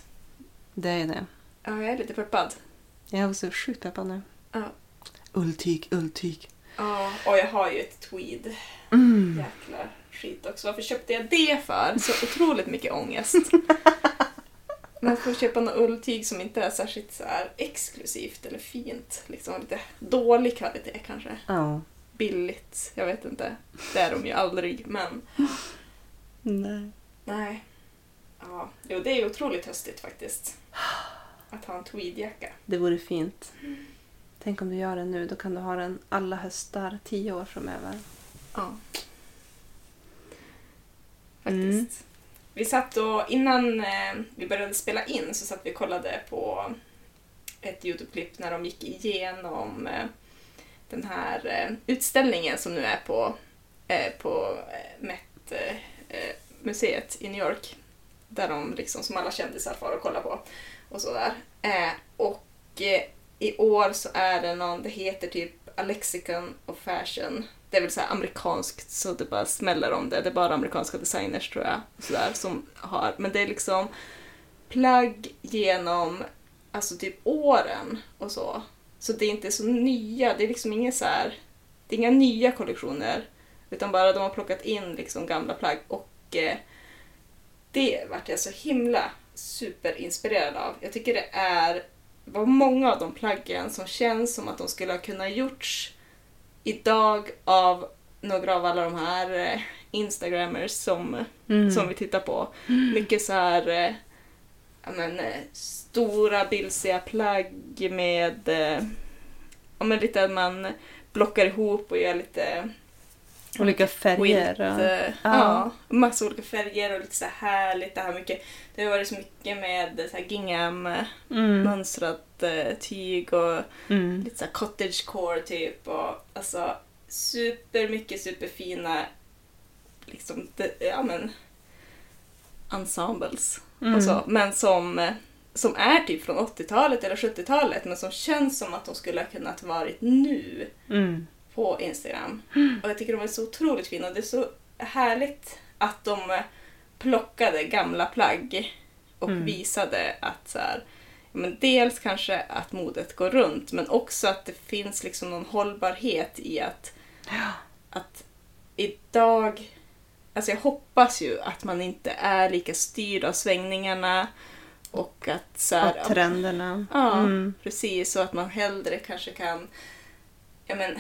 S1: Det är det.
S2: Ja, jag är lite peppad.
S1: Jag är också sjukt peppad nu.
S2: Ja.
S1: Ulltyg, ulltyg.
S2: Ja, och jag har ju ett tweed.
S1: Mm.
S2: Jäkla skit också. Varför köpte jag det för? Så otroligt mycket ångest. Man får köpa något ulltyg som inte är särskilt så här exklusivt eller fint. Liksom lite dålig kvalitet kanske.
S1: Ja.
S2: Billigt. Jag vet inte. Det är de ju aldrig, men
S1: Nej.
S2: nej. Ja, jo, det är ju otroligt höstigt faktiskt. Att ha en tweedjacka.
S1: Det vore fint. Tänk om du gör det nu, då kan du ha den alla höstar tio år framöver.
S2: Ja.
S1: Mm.
S2: Faktiskt. Vi satt och innan eh, vi började spela in så satt vi och kollade på ett Youtube-klipp när de gick igenom eh, den här eh, utställningen som nu är på, eh, på eh, Met eh, eh, museet i New York. Där de liksom, som alla kändisar får och kolla på. Och sådär. Eh, och eh, i år så är det någon, det heter typ A Lexicon of Fashion. Det är väl så här amerikanskt så det bara smäller om det. Det är bara amerikanska designers tror jag. och Sådär, som har. Men det är liksom plagg genom alltså typ åren och så. Så det är inte så nya, det är liksom inga så här, det är inga nya kollektioner. Utan bara de har plockat in liksom gamla plagg och eh, det vart jag så himla superinspirerad av. Jag tycker det är var många av de plaggen som känns som att de skulle ha kunnat gjorts idag av några av alla de här eh, instagrammers som,
S1: Mm.
S2: som vi tittar på. Mycket så här eh, ja, men, eh, stora bilsiga plagg med eh, ja, men lite att man blockar ihop och gör lite
S1: Olika färger.
S2: Wilt, eh,
S1: Ja.
S2: ja, massa olika färger och lite så här härligt. Det, här mycket, det har varit så mycket med så här gingham, eh,
S1: och, mm,
S2: mönstrat eh, tyg och
S1: mm.
S2: lite så här cottagecore typ. Och, alltså super mycket superfina liksom, de, ja, men, ensembles.
S1: Mm.
S2: Och så, men som, eh, som är typ från 80-talet eller 70-talet men som känns som att de skulle ha kunnat varit nu
S1: Mm.
S2: på Instagram. Och jag tycker de är så otroligt fina. Det är så härligt att de eh, plockade gamla plagg och
S1: Mm.
S2: visade att så här, ja, men dels kanske att modet går runt men också att det finns liksom någon hållbarhet i att, att idag Alltså jag hoppas ju att man inte är lika styrd av svängningarna och att så här,
S1: Och trenderna.
S2: Ja,
S1: Mm.
S2: precis. Så att man hellre kanske kan... Ja, men,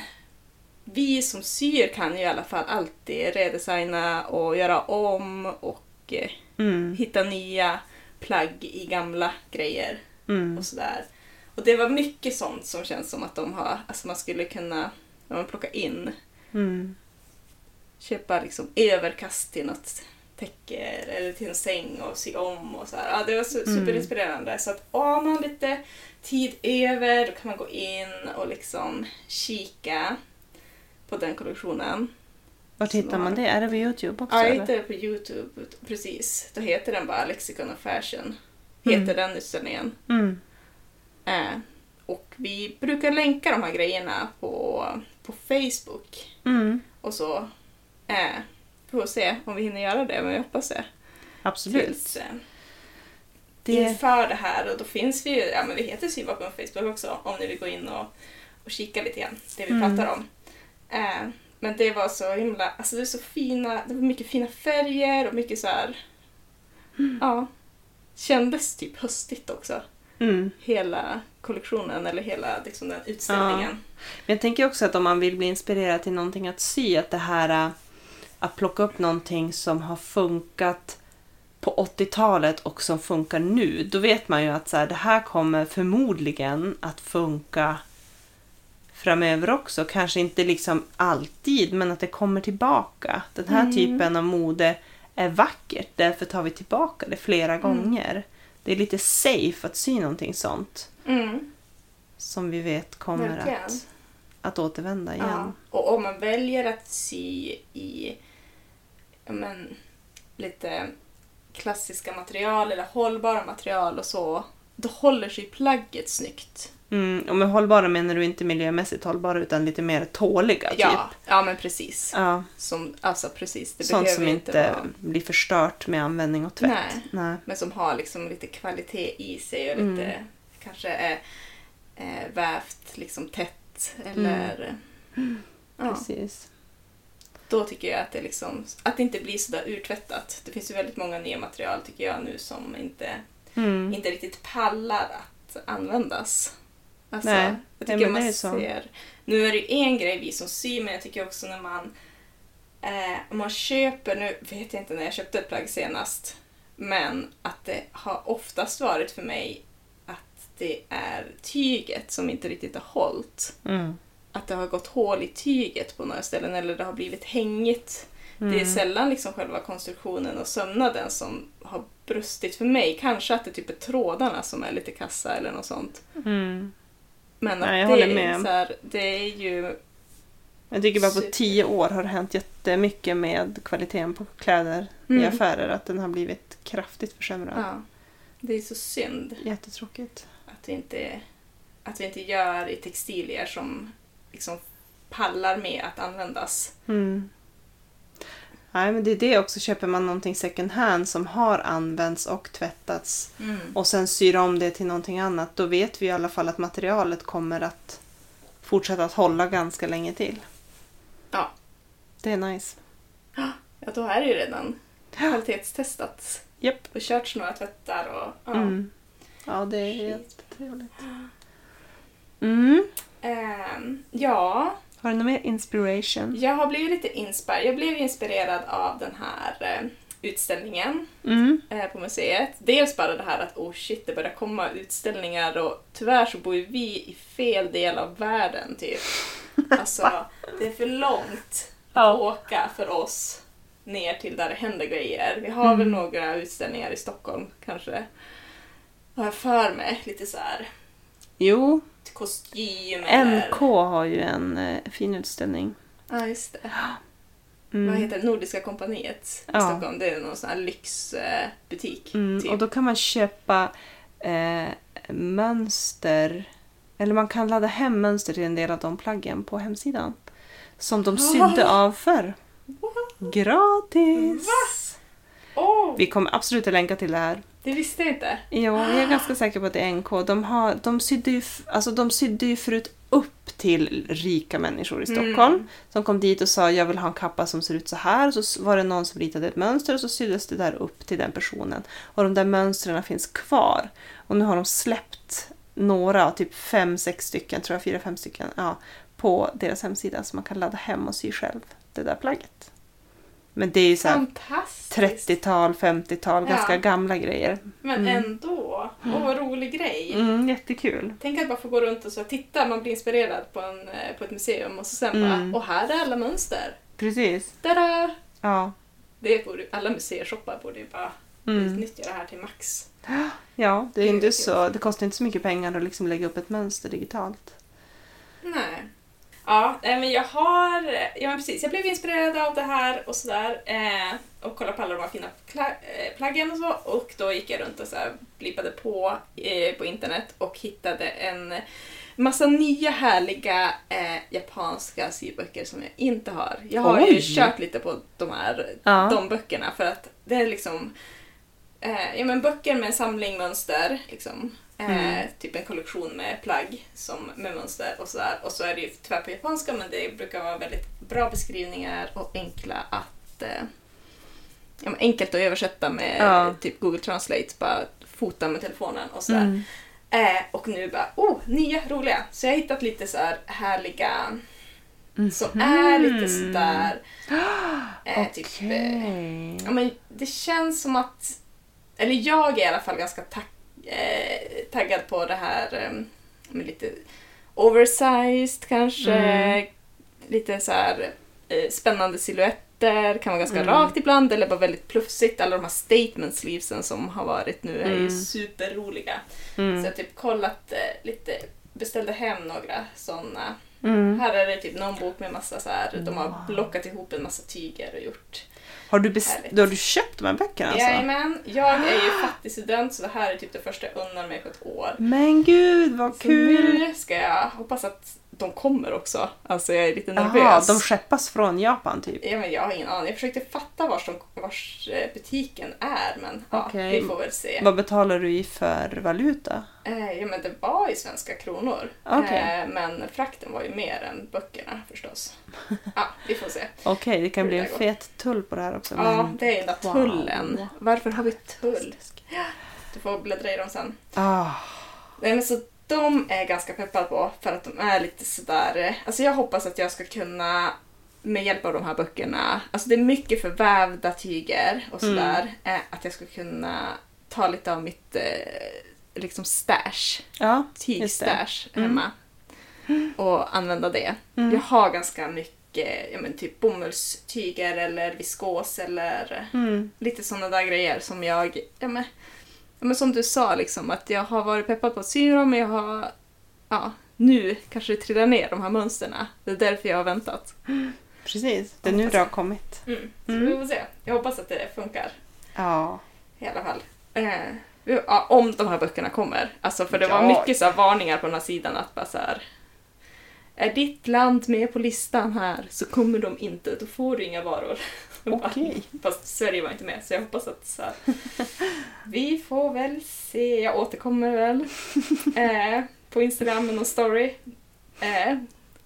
S2: vi som syr kan ju i alla fall alltid redesigna och göra om och eh,
S1: Mm.
S2: hitta nya plagg i gamla grejer
S1: Mm.
S2: och sådär. Och det var mycket sånt som känns som att de har, alltså man skulle kunna ja, men plocka in,
S1: Mm.
S2: köpa liksom överkast till något täcke eller till en säng och sy om och så här. Ja, det var su-
S1: Mm.
S2: superinspirerande. Så att om man har lite tid över då kan man gå in och liksom kika på den kollektionen.
S1: Vart hittar man det? Är det på Youtube också?
S2: Ja, jag
S1: eller?
S2: hittade på Youtube, precis. Då heter den bara Lexicon of Fashion. Heter
S1: Mm.
S2: den utställningen.
S1: Mm.
S2: Eh, och vi brukar länka de här grejerna på, på Facebook
S1: Mm.
S2: och så. Eh, får se om vi hinner göra det, men jag hoppas det.
S1: Absolut.
S2: Tills, eh,
S1: Det,
S2: inför det här och då finns vi ju, ja men vi heter Syvapen på Facebook också om ni vill gå in och, och kika lite grann det vi
S1: Mm.
S2: pratar om. Eh, men det var så himla, alltså det är så fina, det var mycket fina färger och mycket så här, ja, kändes typ höstigt också.
S1: mm.
S2: Hela kollektionen eller hela liksom, den utställningen.
S1: Men jag tänker också att om man vill bli inspirerad till någonting att sy, att det här äh, att plocka upp någonting som har funkat på 80-talet och som funkar nu, då vet man ju att så här, det här kommer förmodligen att funka framöver också. Kanske inte liksom alltid, men att det kommer tillbaka. Den här typen av mode är vackert, därför tar vi tillbaka det flera gånger. Det är lite safe att sy någonting sånt
S2: Mm,
S1: som vi vet kommer
S2: verkligen.
S1: att att återvända
S2: Ja.
S1: igen.
S2: Och om man väljer att sy i ja, men, lite klassiska material eller hållbara material och så, då håller sig plagget snyggt.
S1: Mm, och med hållbara menar du inte miljömässigt hållbara utan lite mer tåliga? Typ.
S2: Ja, ja men precis.
S1: ja.
S2: Som, alltså precis, det
S1: Sånt
S2: behöver
S1: som
S2: inte,
S1: inte
S2: vara...
S1: blir förstört med användning och tvätt.
S2: Nej.
S1: Nej.
S2: Men som har liksom lite kvalitet i sig och lite
S1: Mm.
S2: kanske är eh, vävt liksom tätt eller...
S1: Mm.
S2: Ja.
S1: Precis.
S2: Då tycker jag att det, liksom, att det inte blir sådär urtvättat. Det finns ju väldigt många nya material tycker jag nu som inte,
S1: Mm.
S2: inte riktigt pallar att användas. Alltså,
S1: Nej,
S2: jag
S1: nej,
S2: tycker
S1: men
S2: man
S1: det är så.
S2: ser, nu är det ju en grej vi som syr, men jag tycker också när man, eh, om man köper, nu vet jag inte när jag köpte ett plagg senast, men att det har oftast varit för mig att det är tyget som inte riktigt har hållit
S1: Mm.
S2: att det har gått hål i tyget på några ställen eller det har blivit hängigt. Det
S1: Mm.
S2: är sällan liksom själva konstruktionen och sömnaden som har brustit för mig. Kanske att det typ är trådarna som är lite kassa eller något sånt.
S1: Mm.
S2: Men
S1: Nej, jag
S2: att det,
S1: håller
S2: är
S1: med.
S2: så här, det är ju...
S1: Jag tycker bara på
S2: Super.
S1: tio år har det hänt jättemycket med kvaliteten på kläder i
S2: Mm.
S1: affärer. Att den har blivit kraftigt försämrad.
S2: Ja, det är så synd
S1: Jättetråkigt.
S2: att vi inte, att vi inte gör i textilier som liksom pallar med att användas.
S1: Mm. Nej, men det är det också. Köper man någonting second hand som har använts och tvättats och sen syr om det till någonting annat, då vet vi i alla fall att materialet kommer att fortsätta att hålla ganska länge till.
S2: Ja.
S1: Det är nice.
S2: Ja, då är det ju redan kvalitetstestat
S1: Japp.
S2: och körts några tvättar och... Ja.
S1: Mm. Ja, det är
S2: Shit.
S1: jättetrevligt. Mm.
S2: Ehm, ja,
S1: Har du någon mer inspiration?
S2: jag har blivit lite inspirerad. Jag blev inspirerad av den här eh, utställningen
S1: Mm.
S2: eh, på museet. Dels bara det här att oh shit, det börjar komma utställningar och tyvärr så bor ju vi i fel del av världen typ. Alltså, det är för långt att
S3: Ja.
S2: åka för oss ner till där det händer grejer. Vi har väl några utställningar i Stockholm kanske. Har jag för mig. Lite så här
S1: Jo,
S2: till kostym eller...
S1: NK har ju en eh, fin utställning.
S2: Ja, just det.
S1: Mm.
S2: Vad heter det? Nordiska kompaniet i
S1: Ja.
S2: Stockholm. Det är någon sån här lyxbutik.
S1: Mm,
S2: typ.
S1: Och då kan man köpa eh, mönster, eller man kan ladda hem mönster till en del av de plaggen på hemsidan. Som de sydde av förr. Gratis!
S2: Åh,
S1: Vi kommer absolut att länka till det här.
S2: det visste jag inte.
S1: Jo, jag är ganska säker på att det är NK. De, har, de, sydde ju, f- alltså, de sydde ju förut upp till rika människor i
S2: Mm.
S1: Stockholm. Som kom dit och sa jag vill ha en kappa som ser ut så här. Så s- var det någon som ritade ett mönster och så syddes det där upp till den personen. Och de där mönstren finns kvar. Och nu har de släppt några, typ fem, sex stycken, tror jag, fyra, fem stycken, ja, på deras hemsida. Så man kan ladda hem och sy själv det där plagget. Men det är ju så här
S2: Fantastiskt!
S1: 30-tal, 50-tal,
S2: Ja.
S1: ganska gamla grejer.
S2: Men ändå. Åh, vad rolig grej.
S1: Mm, jättekul.
S2: Tänk att bara få gå runt och så här, titta, man blir inspirerad på, en, eh, på ett museum och så sen
S1: Mm.
S2: bara, och här är alla mönster.
S1: Precis.
S2: Tada!
S1: Ja.
S2: Det borde, alla museishoppar borde ju bara
S1: Mm.
S2: utnyttja det här till max.
S1: Ja, det, är
S2: Gud,
S1: inte
S2: vad
S1: så, det kostar inte så mycket pengar att liksom lägga upp ett mönster digitalt.
S2: Nej. Ja, nej, men jag har... Ja, men precis. Jag blev inspirerad av det här och sådär. Eh, och kollade på alla de här fina kla- eh, plaggen och så. Och då gick jag runt och så här blippade på eh, på internet och hittade en massa nya härliga eh, japanska syböcker som jag inte har. Jag har
S1: Oj.
S2: ju kört lite på de här
S1: Ja.
S2: de böckerna för att det är liksom eh, ja, men böcker med en samling mönster. Liksom. Eh,
S1: Mm.
S2: Typ en kollektion med plagg som, med mönster och sådär. Och så är det ju tyvärr på japanska men det brukar vara väldigt bra beskrivningar och enkla att eh, ja, men enkelt att översätta med
S1: Ja. Mm.
S2: eh, typ Google Translate. Bara fota med telefonen och sådär. Eh, och nu bara, oh, nya roliga. Så jag har hittat lite så här härliga som är lite sådär... Eh, typ, eh,
S1: Mhm. Okej.
S2: ja, men det känns som att... Eller jag är i alla fall ganska tack- eh, taggad på det här eh, med lite oversized kanske.
S1: Mm.
S2: Lite så här eh, spännande silhuetter. Kan vara ganska
S1: Mm.
S2: rakt ibland eller bara väldigt plufsigt. Alla de här statement sleevesen som har varit nu är
S1: Mm.
S2: ju superroliga. Så
S1: Mm.
S2: jag har typ kollat eh, lite, beställde hem några sådana.
S1: Mm.
S2: Här är det typ någon bok med massa så här, de
S1: Wow.
S2: har blockat ihop en massa tyger och gjort.
S1: Har, du best-
S2: Härligt.
S1: då har du köpt de här böckerna alltså?
S2: Jajamän, jag är ju fattig student så det här är typ det första jag unnar mig på ett år.
S1: Men gud vad
S2: Så
S1: kul!
S2: nu ska jag, hoppas att de kommer också. Alltså jag är lite
S1: Jaha,
S2: nervös.
S1: Ah, de skeppas från Japan typ?
S2: ja, men jag har ingen aning. Jag försökte fatta vars, de, vars eh, butiken är men ja,
S1: Okej.
S2: vi får väl se.
S1: Vad betalar du i för valuta?
S2: Eh, ja men det var ju svenska kronor.
S1: Okej.
S2: Eh, men frakten var ju mer än böckerna förstås. Ja, vi får se.
S1: Okej, det kan
S2: Hur
S1: bli
S2: det
S1: en
S2: går.
S1: fet tull på det här också.
S2: Ja,
S1: men-
S2: det är den där
S1: Wow.
S2: tullen. Varför har vi tull? Du får bläddra i dem sen.
S1: Ah,
S2: Nej men så de är jag ganska peppad på för att de är lite sådär... eh, Alltså jag hoppas att jag ska kunna med hjälp av de här böckerna, alltså det är mycket förvävda tyger och
S1: Mm.
S2: sådär, eh, att jag ska kunna ta lite av mitt eh, liksom stash,
S1: ja, just det. Mm.
S2: tygstash hemma och använda det. Jag har ganska mycket ja, men typ bomullstyger eller viskos eller
S1: Mm.
S2: lite sådana där grejer som jag, ja men, ja men som du sa liksom att jag har varit peppad på att sy dem men jag har, ja, nu kanske det trillar ner de här mönstren. Det är därför jag har väntat.
S1: Precis, det är nu det har kommit.
S2: Mm. Så vi får se. Jag hoppas att det funkar
S1: Ja.
S2: i alla fall. Eh, ja, om de här böckerna kommer. Alltså för det var
S1: Ja.
S2: mycket så här varningar på den här sidan att bara så här. Är ditt land med på listan här så kommer de inte, då får du inga varor. Jag bara,
S1: Okej.
S2: Fast Sverige var inte med, så jag hoppas att så här, Vi får väl se. Jag återkommer väl eh, på Instagram med någon story. Eh,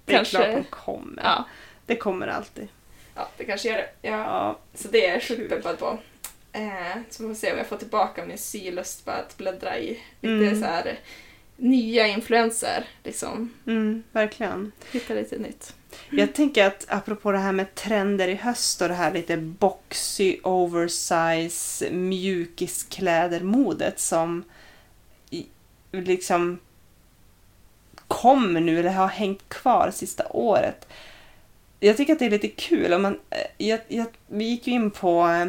S1: Det är
S2: Kanske.
S1: klart de kommer.
S2: ja,
S1: Det kommer alltid.
S2: ja, det kanske gör det. Ja,
S1: Ja.
S2: så det är jag sjukt peppad på. Eh, så får vi se om jag får tillbaka min sylust bara att bläddra i lite
S1: Mm.
S2: så här nya influenser. Liksom.
S1: Mm, verkligen.
S2: Hitta lite nytt.
S1: Jag tänker att apropå det här med trender i höst och det här lite boxy, oversize, mjukiskläder-modet som i- liksom kommer nu eller har hängt kvar sista året. jag tycker att det är lite kul. Om man, eh, jag, jag, vi gick ju in på... eh,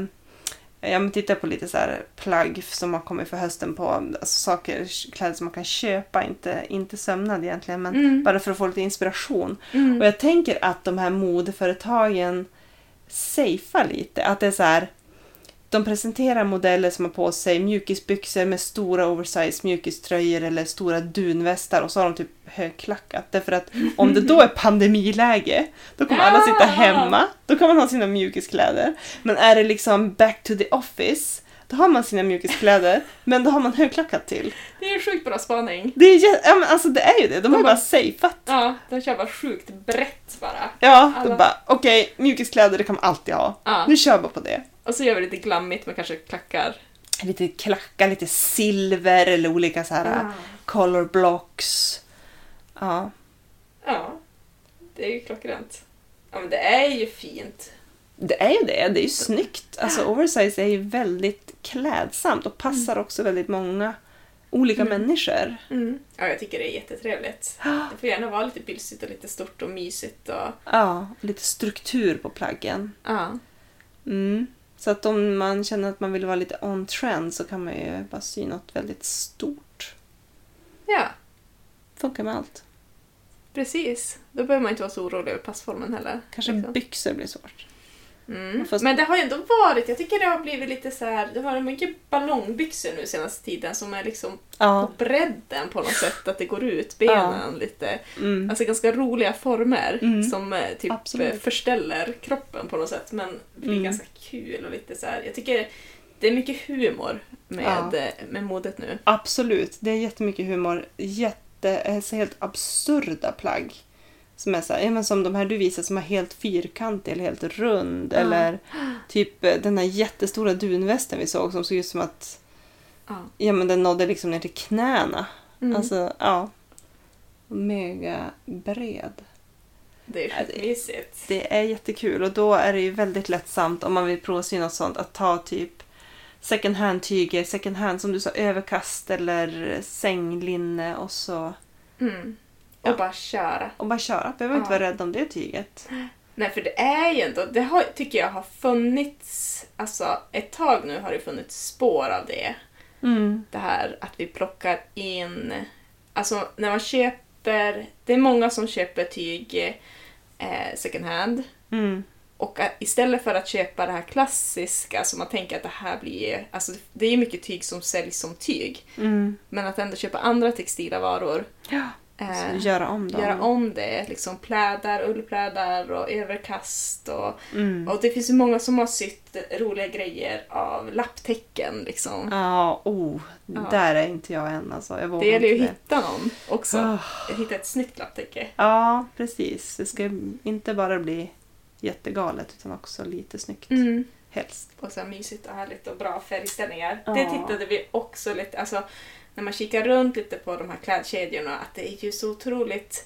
S1: Ja, men tittade på lite så här plagg som har kommit för hösten på alltså saker, kläder som man kan köpa, inte, inte sömnad egentligen, men
S2: Mm.
S1: bara för att få lite inspiration.
S2: Mm.
S1: Och jag tänker att de här modeföretagen safear lite. Att det är så här, de presenterar modeller som har på sig mjukisbyxor med stora oversize mjukiströjor eller stora dunvästar och så har de typ högklackat. Därför att om det då är pandemiläge, då kommer alla sitta hemma. Då kan man ha sina mjukiskläder. Men är det liksom back to the office, då har man sina mjukiskläder, men då har man högklackat till.
S2: Det är en sjukt bra spaning.
S1: Det är, jä- ja, men alltså det är ju det, de har
S2: De
S1: bara
S2: bara-
S1: safeat
S2: Ja, den kör bara sjukt brett bara.
S1: Ja,
S2: Alla-
S1: då bara okej, mjukiskläder det kan man alltid ha.
S2: Ja.
S1: Nu kör vi på det.
S2: Och så gör vi lite glammigt med kanske klackar.
S1: Lite klackar, lite silver eller olika så här color blocks. Ja.
S2: Ja, det är ju klockrent. Ja, men det är ju fint.
S1: Det är ju det, det är ju snyggt. Alltså oversize är ju väldigt klädsamt och passar också väldigt många olika
S2: Mm.
S1: människor.
S2: Ja, jag tycker det är jättetrevligt. Det får gärna vara lite bylsigt och lite stort och mysigt och...
S1: Ja, lite struktur på plaggen.
S2: Ja.
S1: Mm. Så att om man känner att man vill vara lite on trend så kan man ju bara sy något väldigt stort.
S2: Ja,
S1: Funkar med allt.
S2: precis. Då behöver man inte vara så orolig över passformen heller.
S1: Kanske
S2: liksom.
S1: byxor blir svårt.
S2: Mm.
S1: Fast-
S2: Men det har ju ändå varit, jag tycker det har blivit lite så här, det har varit mycket ballongbyxor nu senaste tiden som är liksom
S1: Ja.
S2: på bredden på något sätt, att det går ut benen lite.
S1: Mm.
S2: Alltså ganska roliga former
S1: Mm.
S2: som eh, typ
S1: Absolut.
S2: eh, förställer kroppen på något sätt men blir
S1: Mm.
S2: ganska kul och lite så här. jag tycker det är mycket humor med,
S1: Ja. Mm.
S2: eh, med modet nu.
S1: Absolut, det är jättemycket humor. Jätte, alltså helt absurda plagg. Som är så här, ja, men som de här du visar som är helt fyrkantig eller helt rund.
S2: Ja.
S1: Eller typ eh, den här jättestora dunvästen vi såg som såg ut som att
S2: Ja.
S1: ja, men den nådde liksom ner till knäna.
S2: Mm.
S1: Alltså, ja. Mega bred.
S2: det är
S1: ja, det-
S2: skitmysigt.
S1: Det är jättekul och då är det ju väldigt lättsamt om man vill provsy något sånt att ta typ second hand tyger, second hand som du sa överkast eller sänglinne och så
S2: Mm.
S1: Ja.
S2: Och bara köra.
S1: och bara köra. Behöver inte
S2: Ja.
S1: vara rädd om det tyget.
S2: Nej för det är ju ändå, det har, tycker jag har funnits, alltså ett tag nu har det funnits spår av det.
S1: Mm.
S2: det här att vi plockar in... Alltså när man köper... Det är många som köper tyg eh, second hand.
S1: Mm.
S2: Och att istället för att köpa det här klassiska, så man tänker att det här blir... Alltså det är ju mycket tyg som säljs som tyg.
S1: Mm.
S2: Men att ändå köpa andra textila varor.
S1: Ja.
S2: eh,
S1: Så göra om dem.
S2: göra om det. Liksom plädar, ullplädar och överkast. Och,
S1: Mm.
S2: och det finns ju många som har sytt roliga grejer av lapptäcken liksom.
S1: Ja, oh,
S2: Ja.
S1: där är inte jag än alltså. Jag vågar
S2: Det gäller ju att
S1: inte
S2: hitta någon också.
S1: Ah.
S2: Hitta ett snyggt lapptäcke.
S1: Ja, precis. Det ska inte bara bli jättegalet utan också lite snyggt.
S2: Mm.
S1: Helst.
S2: Och så här mysigt och härligt och bra färgställningar.
S1: Ja.
S2: Det tittade vi också lite, alltså när man kikar runt lite på de här klädkedjorna, att det är ju så otroligt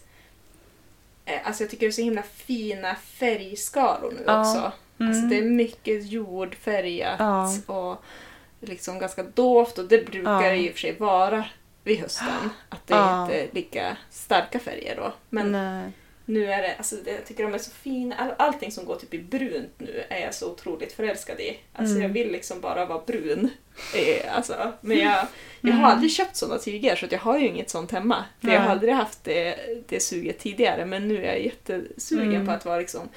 S2: eh, Alltså jag tycker det är så himla fina färgskalor nu
S1: Ja.
S2: också. Alltså
S1: Mm.
S2: det är mycket jordfärgat
S1: Ja.
S2: och liksom ganska dovt och det brukar
S1: Ja.
S2: det i och för sig vara vid hösten. Att det är
S1: Ja.
S2: inte lika starka färger då. Men
S1: Nej.
S2: Nu är det, alltså det, jag tycker de är så fina. All, allting som går typ i brunt nu är jag så otroligt förälskad i. Alltså
S1: Mm.
S2: jag vill liksom bara vara brun. Eh, alltså, men jag, jag har aldrig köpt sådana tyger så att jag har ju inget sånt hemma. För jag har
S1: Mm. Nej.
S2: aldrig haft det, det suget tidigare men nu är jag jättesugen
S1: Mm.
S2: på att vara liksom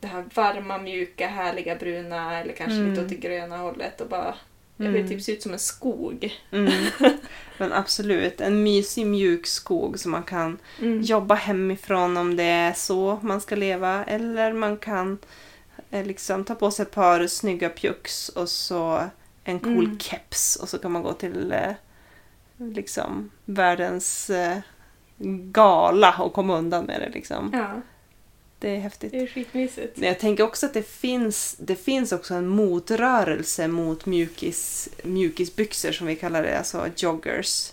S2: det här varma, mjuka, härliga bruna eller kanske lite
S1: Mm.
S2: åt det gröna hållet och bara jag vill
S1: Mm.
S2: typ se ut som en skog.
S1: Mm. Men absolut, en mysig mjuk skog som man kan
S2: Mm.
S1: jobba hemifrån om det är så man ska leva. Eller man kan eh, liksom ta på sig ett par snygga pjucks och så en cool
S2: Mm.
S1: keps och så kan man gå till eh, liksom världens eh, gala och komma undan med det. Liksom.
S2: Ja,
S1: Det är häftigt.
S2: det är skitmysigt.
S1: Men jag tänker också att det finns, det finns också en motrörelse mot mjukis, mjukisbyxor som vi kallar det, alltså joggers.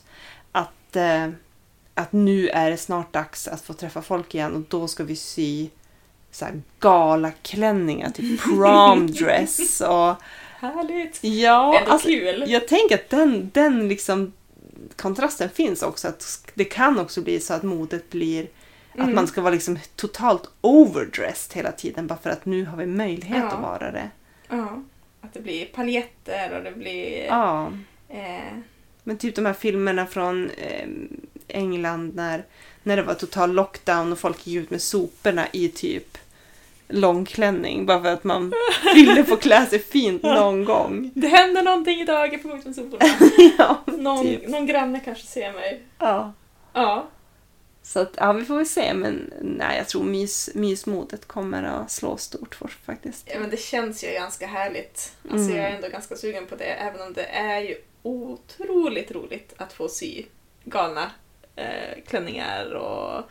S1: Att, eh, att nu är det snart dags att få träffa folk igen och då ska vi sy så här galaklänningar, typ promdress och...
S2: Härligt!
S1: Ja,
S2: Ändå
S1: alltså,
S2: kul!
S1: jag tänker att den, den liksom kontrasten finns också. Att det kan också bli så att modet blir Att
S2: Mm.
S1: man ska vara liksom totalt overdressed hela tiden bara för att nu har vi möjlighet
S2: Ja.
S1: att vara det.
S2: Ja. Att det blir paljetter och det blir...
S1: Ja.
S2: Eh,
S1: Men typ de här filmerna från eh, England när, när det var total lockdown och folk gick ut med soporna i typ långklänning bara för att man ville få klä sig fint någon gång.
S2: det händer någonting idag, jag får gå ut med soporna.
S1: Ja,
S2: Någon,
S1: Typ.
S2: någon granne kanske ser mig.
S1: ja.
S2: Ja.
S1: Så att, ja, vi får väl se. Men nej, jag tror mys, mysmodet kommer att slå stort för faktiskt.
S2: Ja, men det känns ju ganska härligt. Alltså
S1: Mm.
S2: jag är ändå ganska sugen på det, även om det är ju otroligt roligt att få sy galna eh, klänningar och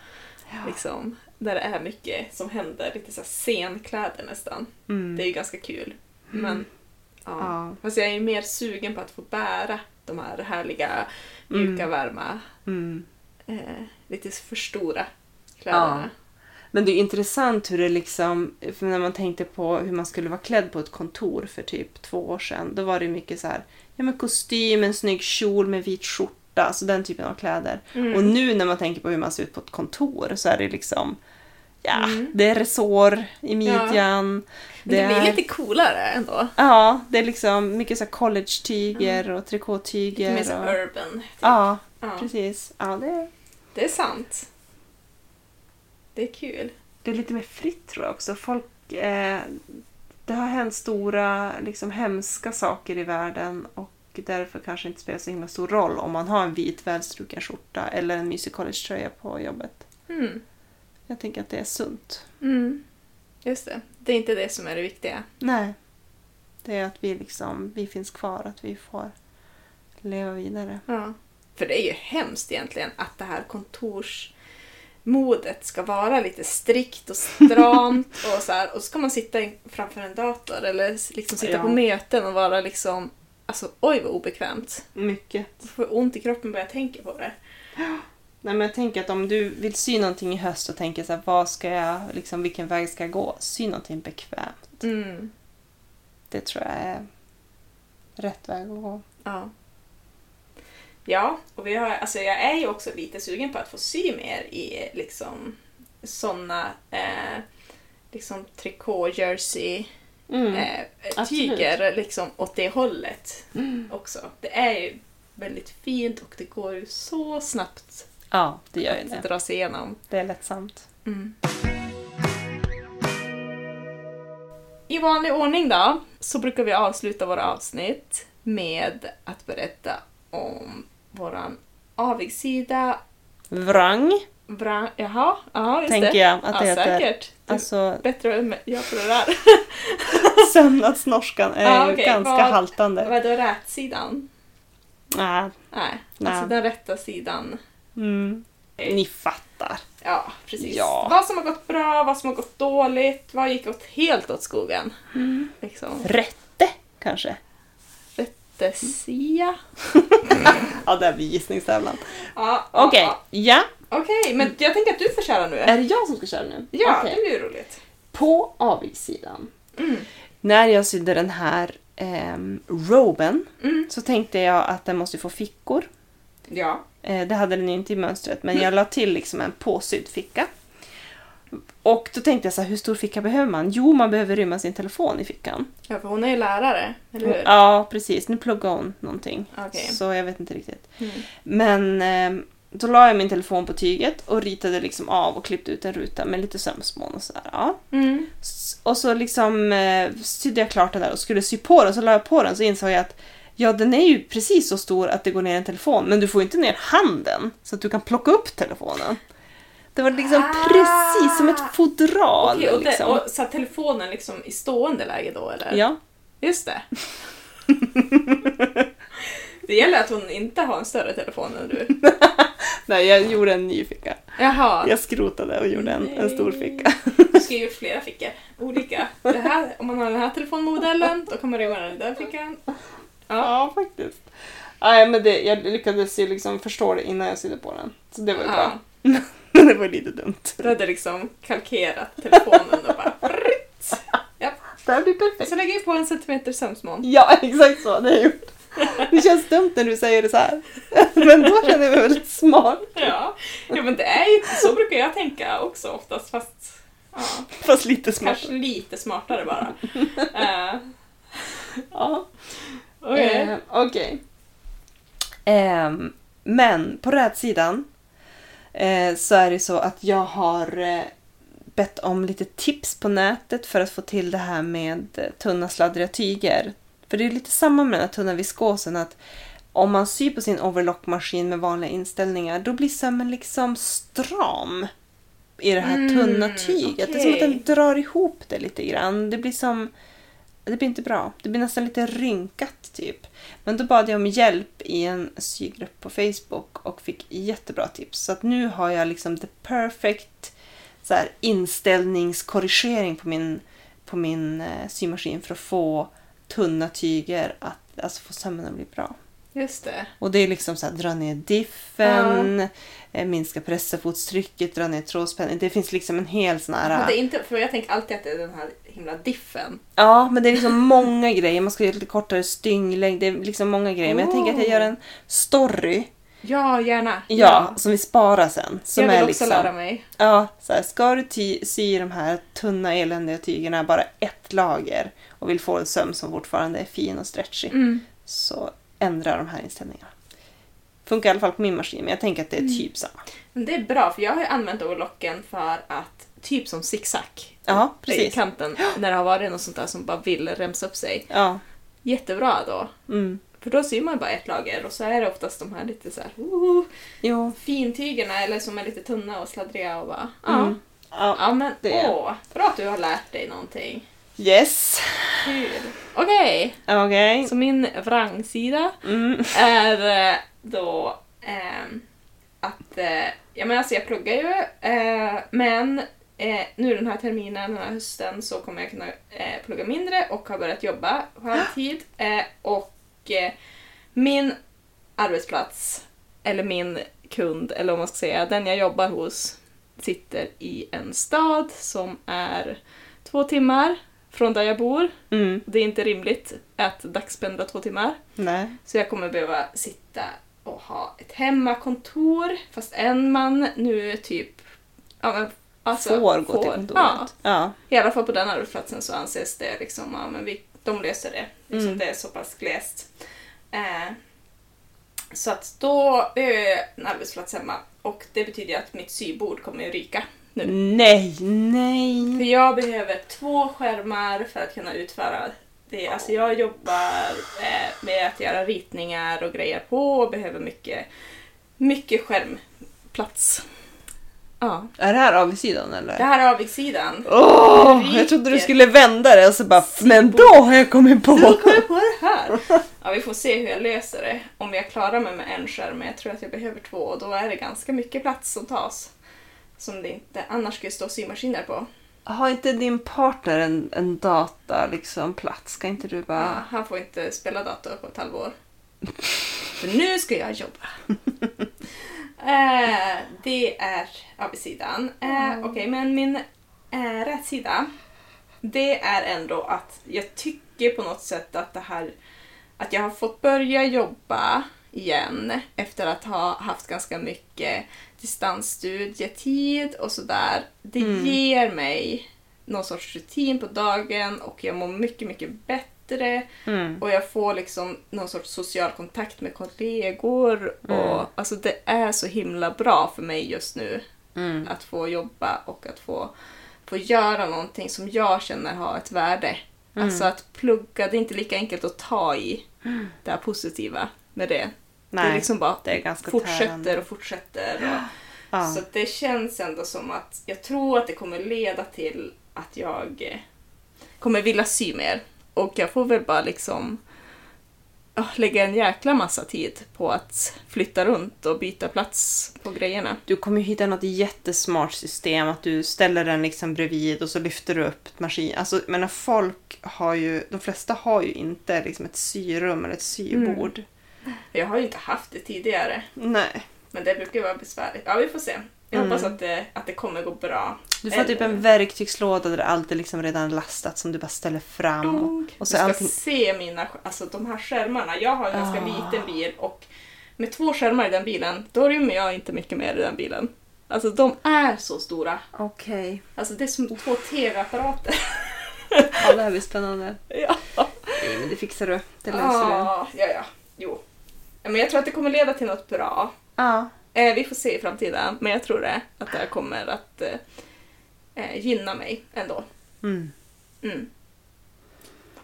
S2: liksom, där det är mycket som händer. Lite så här scenkläder nästan.
S1: Mm.
S2: Det är ju ganska kul. Men ja.
S1: Ja.
S2: Fast jag är ju mer sugen på att få bära de här härliga, mjuka, varma,
S1: Mm.
S2: eh, lite för stora kläderna.
S1: Men det är ju intressant hur det liksom, för när man tänkte på hur man skulle vara klädd på ett kontor för typ två år sedan, då var det ju mycket så här, ja men kostym, en snygg kjol med vit skjorta, alltså den typen av kläder.
S2: Mm.
S1: Och nu när man tänker på hur man ser ut på ett kontor så är det liksom, ja,
S2: Mm.
S1: det är resår i midjan.
S2: Men det
S1: är-
S2: blir lite coolare ändå.
S1: Ja, det är liksom mycket så här college-tyger och trikåtyger.
S2: Mm. Lite mer så
S1: och...
S2: urban. typ.
S1: Ja,
S2: Ja.
S1: precis. Ja, det är,
S2: Det är sant. Det är kul.
S1: det är lite mer fritt tror jag också. Folk, eh, det har hänt stora liksom, hemska saker i världen och därför kanske inte spelar så himla stor roll om man har en vit välstruken skjorta eller en mysig collegetröja på jobbet.
S2: Mm.
S1: Jag tänker att det är sunt.
S2: Mm. Just det. Det är inte det som är det viktiga.
S1: Nej. Det är att vi, liksom, vi finns kvar, att vi får leva vidare.
S2: Ja. För det är ju hemskt egentligen att det här kontorsmodet ska vara lite strikt och stramt och så här. Och så ska man sitta in- framför en dator eller s- liksom sitta
S1: Ja.
S2: på möten och vara liksom Alltså oj vad obekvämt.
S1: Mycket.
S2: Jag får ont i kroppen bara jag tänker på det.
S1: Nej, men jag tänker att om du vill sy någonting i höst och tänker så här, vad ska jag, liksom, vilken väg ska jag gå? Sy någonting bekvämt.
S2: Mm.
S1: Det tror jag är rätt väg att gå.
S2: Ja. Ja, och vi har, alltså jag är ju också lite sugen på att få sy mer i liksom sådana eh, liksom trikå, jersey, eh,
S1: Mm, absolut.
S2: tyger liksom åt det hållet också. Det är ju väldigt fint och det går ju så snabbt
S1: Ja, det gör ju
S2: att
S1: det.
S2: dra sig igenom.
S1: Det är lättsamt.
S2: Mm. I vanlig ordning då, så brukar vi avsluta våra avsnitt med att berätta om våran avigsida.
S1: Vrang,
S2: Bra, jaha, ja just
S1: tänker
S2: det.
S1: jag att det
S2: ja,
S1: heter.
S2: säkert. Det är
S1: Alltså,
S2: Bättre än jag på det där.
S1: sömnadsnorskan är
S2: Ja,
S1: ju
S2: okej,
S1: ganska
S2: vad-
S1: haltande.
S2: Vadå rätsidan?
S1: Ah,
S2: Nej,
S1: Nej.
S2: alltså den rätta sidan.
S1: mm. Ni fattar.
S2: Ja, precis.
S1: Ja.
S2: Vad som har gått bra, vad som har gått dåligt, vad gick åt helt åt skogen.
S1: Mm.
S2: Liksom.
S1: Rätte, kanske?
S2: Rättesia.
S1: Ja, det blir gissningstävlan.
S2: Ja, ja,
S1: Okej,
S2: ja.
S1: ja.
S2: Okej, men jag tänker att du får köra nu.
S1: Är det jag som ska köra nu?
S2: Ja,
S1: Okej.
S2: det blir ju roligt.
S1: På avigsidan.
S2: Mm.
S1: När jag sydde den här ehm, roben
S2: Mm.
S1: så tänkte jag att den måste få fickor.
S2: Ja.
S1: Eh, det hade den ju inte i mönstret,
S2: Mm.
S1: men jag la till liksom en påsydd ficka. Och då tänkte jag så här, hur stor ficka behöver man? Jo, man behöver rymma sin telefon i fickan.
S2: ja, för hon är ju lärare, eller hur?
S1: Ja, precis. Nu pluggar hon någonting.
S2: Okej.
S1: Så jag vet inte riktigt.
S2: Mm.
S1: Men eh, då la jag min telefon på tyget och ritade liksom av och klippte ut en ruta med lite sömsmån och sådär. Ja.
S2: Mm.
S1: S- Och så liksom eh, sydde jag klart den där och skulle sy på den, så la jag på den så insåg jag att ja, den är ju precis så stor att det går ner en telefon, men du får ju inte ner handen så att du kan plocka upp telefonen. Det var liksom
S2: Ah!
S1: precis som ett fodral.
S2: Okej, och, det-
S1: liksom.
S2: och så att telefonen liksom i stående läge då, eller?
S1: Ja.
S2: Just det. det gäller att hon inte har en större telefon än du.
S1: Nej, jag gjorde en ny ficka.
S2: Jaha.
S1: Jag skrotade och gjorde en, en stor
S2: Nej.
S1: ficka.
S2: Du ska ju gjort flera fickor. Olika. Det här, om man har den här telefonmodellen, då kommer det vara den där fickan.
S1: Ja, faktiskt. Nej, men det, jag lyckades ju liksom förstå det innan jag sydde på den. Så det var ju bra.
S2: Ja.
S1: Men det var ju lite dumt.
S2: Du hade liksom kalkerat telefonen och bara... prrrt.
S1: Det här blir perfekt.
S2: Så lägger vi på en centimeter sömsmån.
S1: Ja, exakt så. Det har jag gjort. Det känns dumt när du säger det så här. Men då känner jag mig väldigt smart.
S2: Ja. ja, men det är ju så brukar jag tänka också oftast fast ja,
S1: Fast lite smart.
S2: kanske lite smartare bara. Eh,
S1: Ja.
S2: okej.
S1: Eh, Okej. Ehm, men på rätsidan eh, så är det så att jag har eh, bett om lite tips på nätet för att få till det här med eh, tunna sladdriga tyger. För det är lite samma med den här tunna viskosen att om man syr på sin overlockmaskin med vanliga inställningar då blir sömmen liksom stram i det här
S2: Mm,
S1: tunna tyget. Det är som att den
S2: okej.
S1: drar ihop det lite grann. Det blir som... Det blir inte bra. Det blir nästan lite rynkat typ. Men då bad jag om hjälp i en sygrupp på Facebook och fick jättebra tips. Så att nu har jag liksom the perfect så här, inställningskorrigering på min, på min eh, symaskin för att få tunna tyger att alltså, få sömmen att bli bra.
S2: Just det.
S1: Och det är liksom så här, dra ner diffen, eh, minska pressafotstrycket, dra ner trådspännen. Det finns liksom en hel sån här...
S2: Men det är inte, för jag tänker alltid att det är den här himla diffen.
S1: Ja, men det är liksom många grejer. Man ska göra lite kortare stynglängd. Det är liksom många grejer. Men jag tänker att jag gör en story.
S2: Oh. Ja, gärna.
S1: Ja, som vi sparar sen. Som
S2: jag vill
S1: är
S2: också
S1: liksom,
S2: lära mig.
S1: Ja, så här, ska du ty- sy de här tunna eländiga tygerna bara ett lager och vill få en söm som fortfarande är fin och stretchig
S2: Mm.
S1: så ändra de här inställningarna. Funkar i alla fall på min maskin, men jag tänker att det är
S2: Mm.
S1: typ samma.
S2: Men det är bra, för jag har ju använt overlocken för att, typ som zigzag
S1: Ja,
S2: i
S1: precis.
S2: kanten, när det har varit något sånt där som bara vill remsa upp sig.
S1: Ja,
S2: Jättebra då.
S1: mm.
S2: För då syr man ju bara ett lager och så är det oftast de här lite så här, woho,
S1: Jo.
S2: fintygerna eller som är lite tunna och sladdriga och bara ja.
S1: Mm. Ja.
S2: Ja men
S1: Det är-
S2: åh, bra att du har lärt dig någonting.
S1: Yes!
S2: Kul. Okej,
S1: Okej.
S2: så min vrangsida
S1: Mm.
S2: är eh, då ehm, att, eh, ja men alltså jag pluggar ju eh, men eh, nu den här terminen, den här hösten, så kommer jag kunna eh, plugga mindre och har börjat jobba på halvtid. Eh, och eh, min arbetsplats, eller min kund, eller om man ska säga, den jag jobbar hos sitter i en stad som är två timmar från där jag bor.
S1: Mm.
S2: Det är inte rimligt att dagspendla två timmar.
S1: Nej.
S2: Så jag kommer behöva sitta och ha ett hemmakontor, fast en man nu typ... Ja, men, alltså,
S1: får gå till kontoret.
S2: Ja,
S1: Ja.
S2: I alla fall på den arbetsplatsen så anses det liksom, ja men vi, de löser det. Liksom,
S1: Mm.
S2: Det är så pass glest. Eh, så att då, det är ju en arbetsplats hemma och det betyder ju att mitt sybord kommer ju ryka nu.
S1: Nej, nej.
S2: För jag behöver två skärmar för att kunna utföra det. Alltså jag jobbar eh, med att göra ritningar och grejer på och behöver mycket, mycket skärmplats. Ja.
S1: Är det här avsidan eller?
S2: Det här är avigsidan.
S1: Åh, jag trodde du skulle vända det och så bara men då har jag kommit
S2: Då
S1: på.
S2: kom jag på det här! Ja, vi får se hur jag löser det. Om jag klarar mig med en skärm, men jag tror att jag behöver två och då är det ganska mycket plats som tas. Som det inte annars skulle stå symaskiner på.
S1: Har inte din partner en, en data liksom plats? Ska inte du
S2: Ja,
S1: bara...
S2: han får inte spela dator på ett halvår. För nu ska jag jobba. eh, det är avsidan. Eh, Okej, men min eh, rätsida. Det är ändå att jag tycker på något sätt att det här att jag har fått börja jobba igen efter att ha haft ganska mycket distansstudietid och sådär. Det ger mig någon sorts rutin på dagen och jag mår mycket, mycket bättre.
S1: Mm.
S2: Och jag får liksom någon sorts social kontakt med kollegor. Och, Alltså det är så himla bra för mig just nu.
S1: Mm.
S2: Att få jobba och att få, få göra någonting som jag känner har ett värde.
S1: Mm.
S2: Alltså att plugga, det är inte lika enkelt att ta i det här positiva med det. det
S1: Nej,
S2: är liksom bara
S1: det är ganska
S2: fortsätter
S1: tärande.
S2: och fortsätter. Och,
S1: Ja.
S2: Så att det känns ändå som att jag tror att det kommer leda till att jag eh, kommer vilja sy mer. Och jag får väl bara liksom ja, lägga en jäkla massa tid på att flytta runt och byta plats på grejerna.
S1: Du kommer ju hitta något jättesmart system att du ställer den liksom bredvid och så lyfter du upp maskin. Alltså, men folk har ju, de flesta har ju inte liksom ett syrum eller ett sybord.
S2: Jag har ju inte haft det tidigare,
S1: Nej.
S2: men det brukar ju vara besvärligt. Ja, vi får se. Jag hoppas att det, att det kommer gå bra.
S1: Du får typ en verktygslåda där allt är liksom redan lastat som du bara ställer fram. Och,
S2: Dunk.
S1: så
S2: du ska
S1: allting-
S2: se mina, sk- alltså de här skärmarna. Jag har en ganska
S1: Ah.
S2: liten bil och med två skärmar i den bilen, då rymmer jag inte mycket mer i den bilen. Alltså de är så stora.
S1: Okej.
S2: Alltså det är som två TV-apparater.
S1: Ja, det här blir spännande.
S2: ja.
S1: Nej, men det fixar du. Det löser du.
S2: Ah, ja, ja. Jo. Men jag tror att det kommer leda till något bra.
S1: Ja.
S2: Eh, vi får se i framtiden, men jag tror det. Att det här kommer att eh, eh, gynna mig ändå.
S1: Mm.
S2: Mm.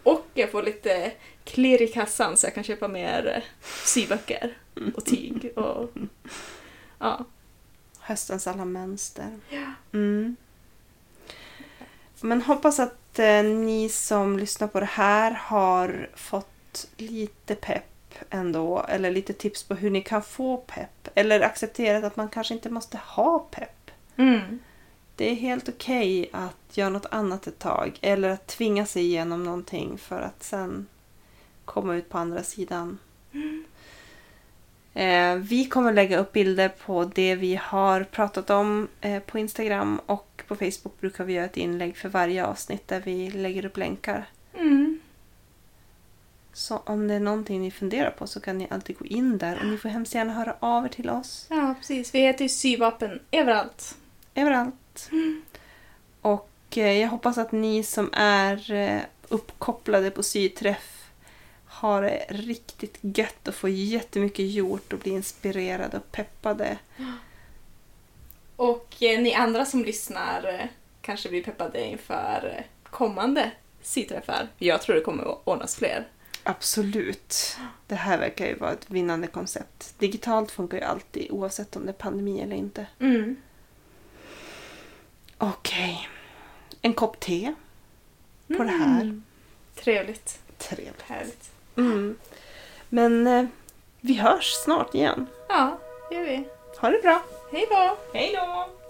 S2: Och jag får lite klirr i kassan så jag kan köpa mer eh, syböcker och tyg. Och, ja.
S1: Höstens alla mönster.
S2: Ja.
S1: Mm. Men hoppas att eh, ni som lyssnar på det här har fått lite pepp ändå. Eller lite tips på hur ni kan få pepp. Eller accepterat att man kanske inte måste ha pepp.
S2: Mm.
S1: Det är helt okej att göra något annat ett tag. Eller att tvinga sig igenom någonting för att sen komma ut på andra sidan. Eh, vi kommer lägga upp bilder på det vi har pratat om eh, på Instagram och på Facebook brukar vi göra ett inlägg för varje avsnitt där vi lägger upp länkar.
S2: Mm.
S1: Så om det är någonting ni funderar på så kan ni alltid gå in där och ni får hemskt gärna höra av er till oss
S2: ja, precis. Vi heter ju syvapen överallt.
S1: överallt. Och eh, jag hoppas att ni som är eh, uppkopplade på syträff har det riktigt gött och får jättemycket gjort och blir inspirerade och peppade.
S2: Och eh, ni andra som lyssnar eh, kanske blir peppade inför eh, kommande syträffar. Jag tror det kommer att ordnas fler.
S1: Absolut. Det här verkar ju vara ett vinnande koncept. Digitalt funkar ju alltid oavsett om det är pandemi eller inte.
S2: Mm.
S1: Okej. En kopp te på det här.
S2: Mm. Trevligt.
S1: Trevligt.
S2: Härligt.
S1: Mm. Men eh, vi hörs snart igen.
S2: Ja, det gör vi.
S1: Ha det bra.
S2: Hej då!
S1: Hej då!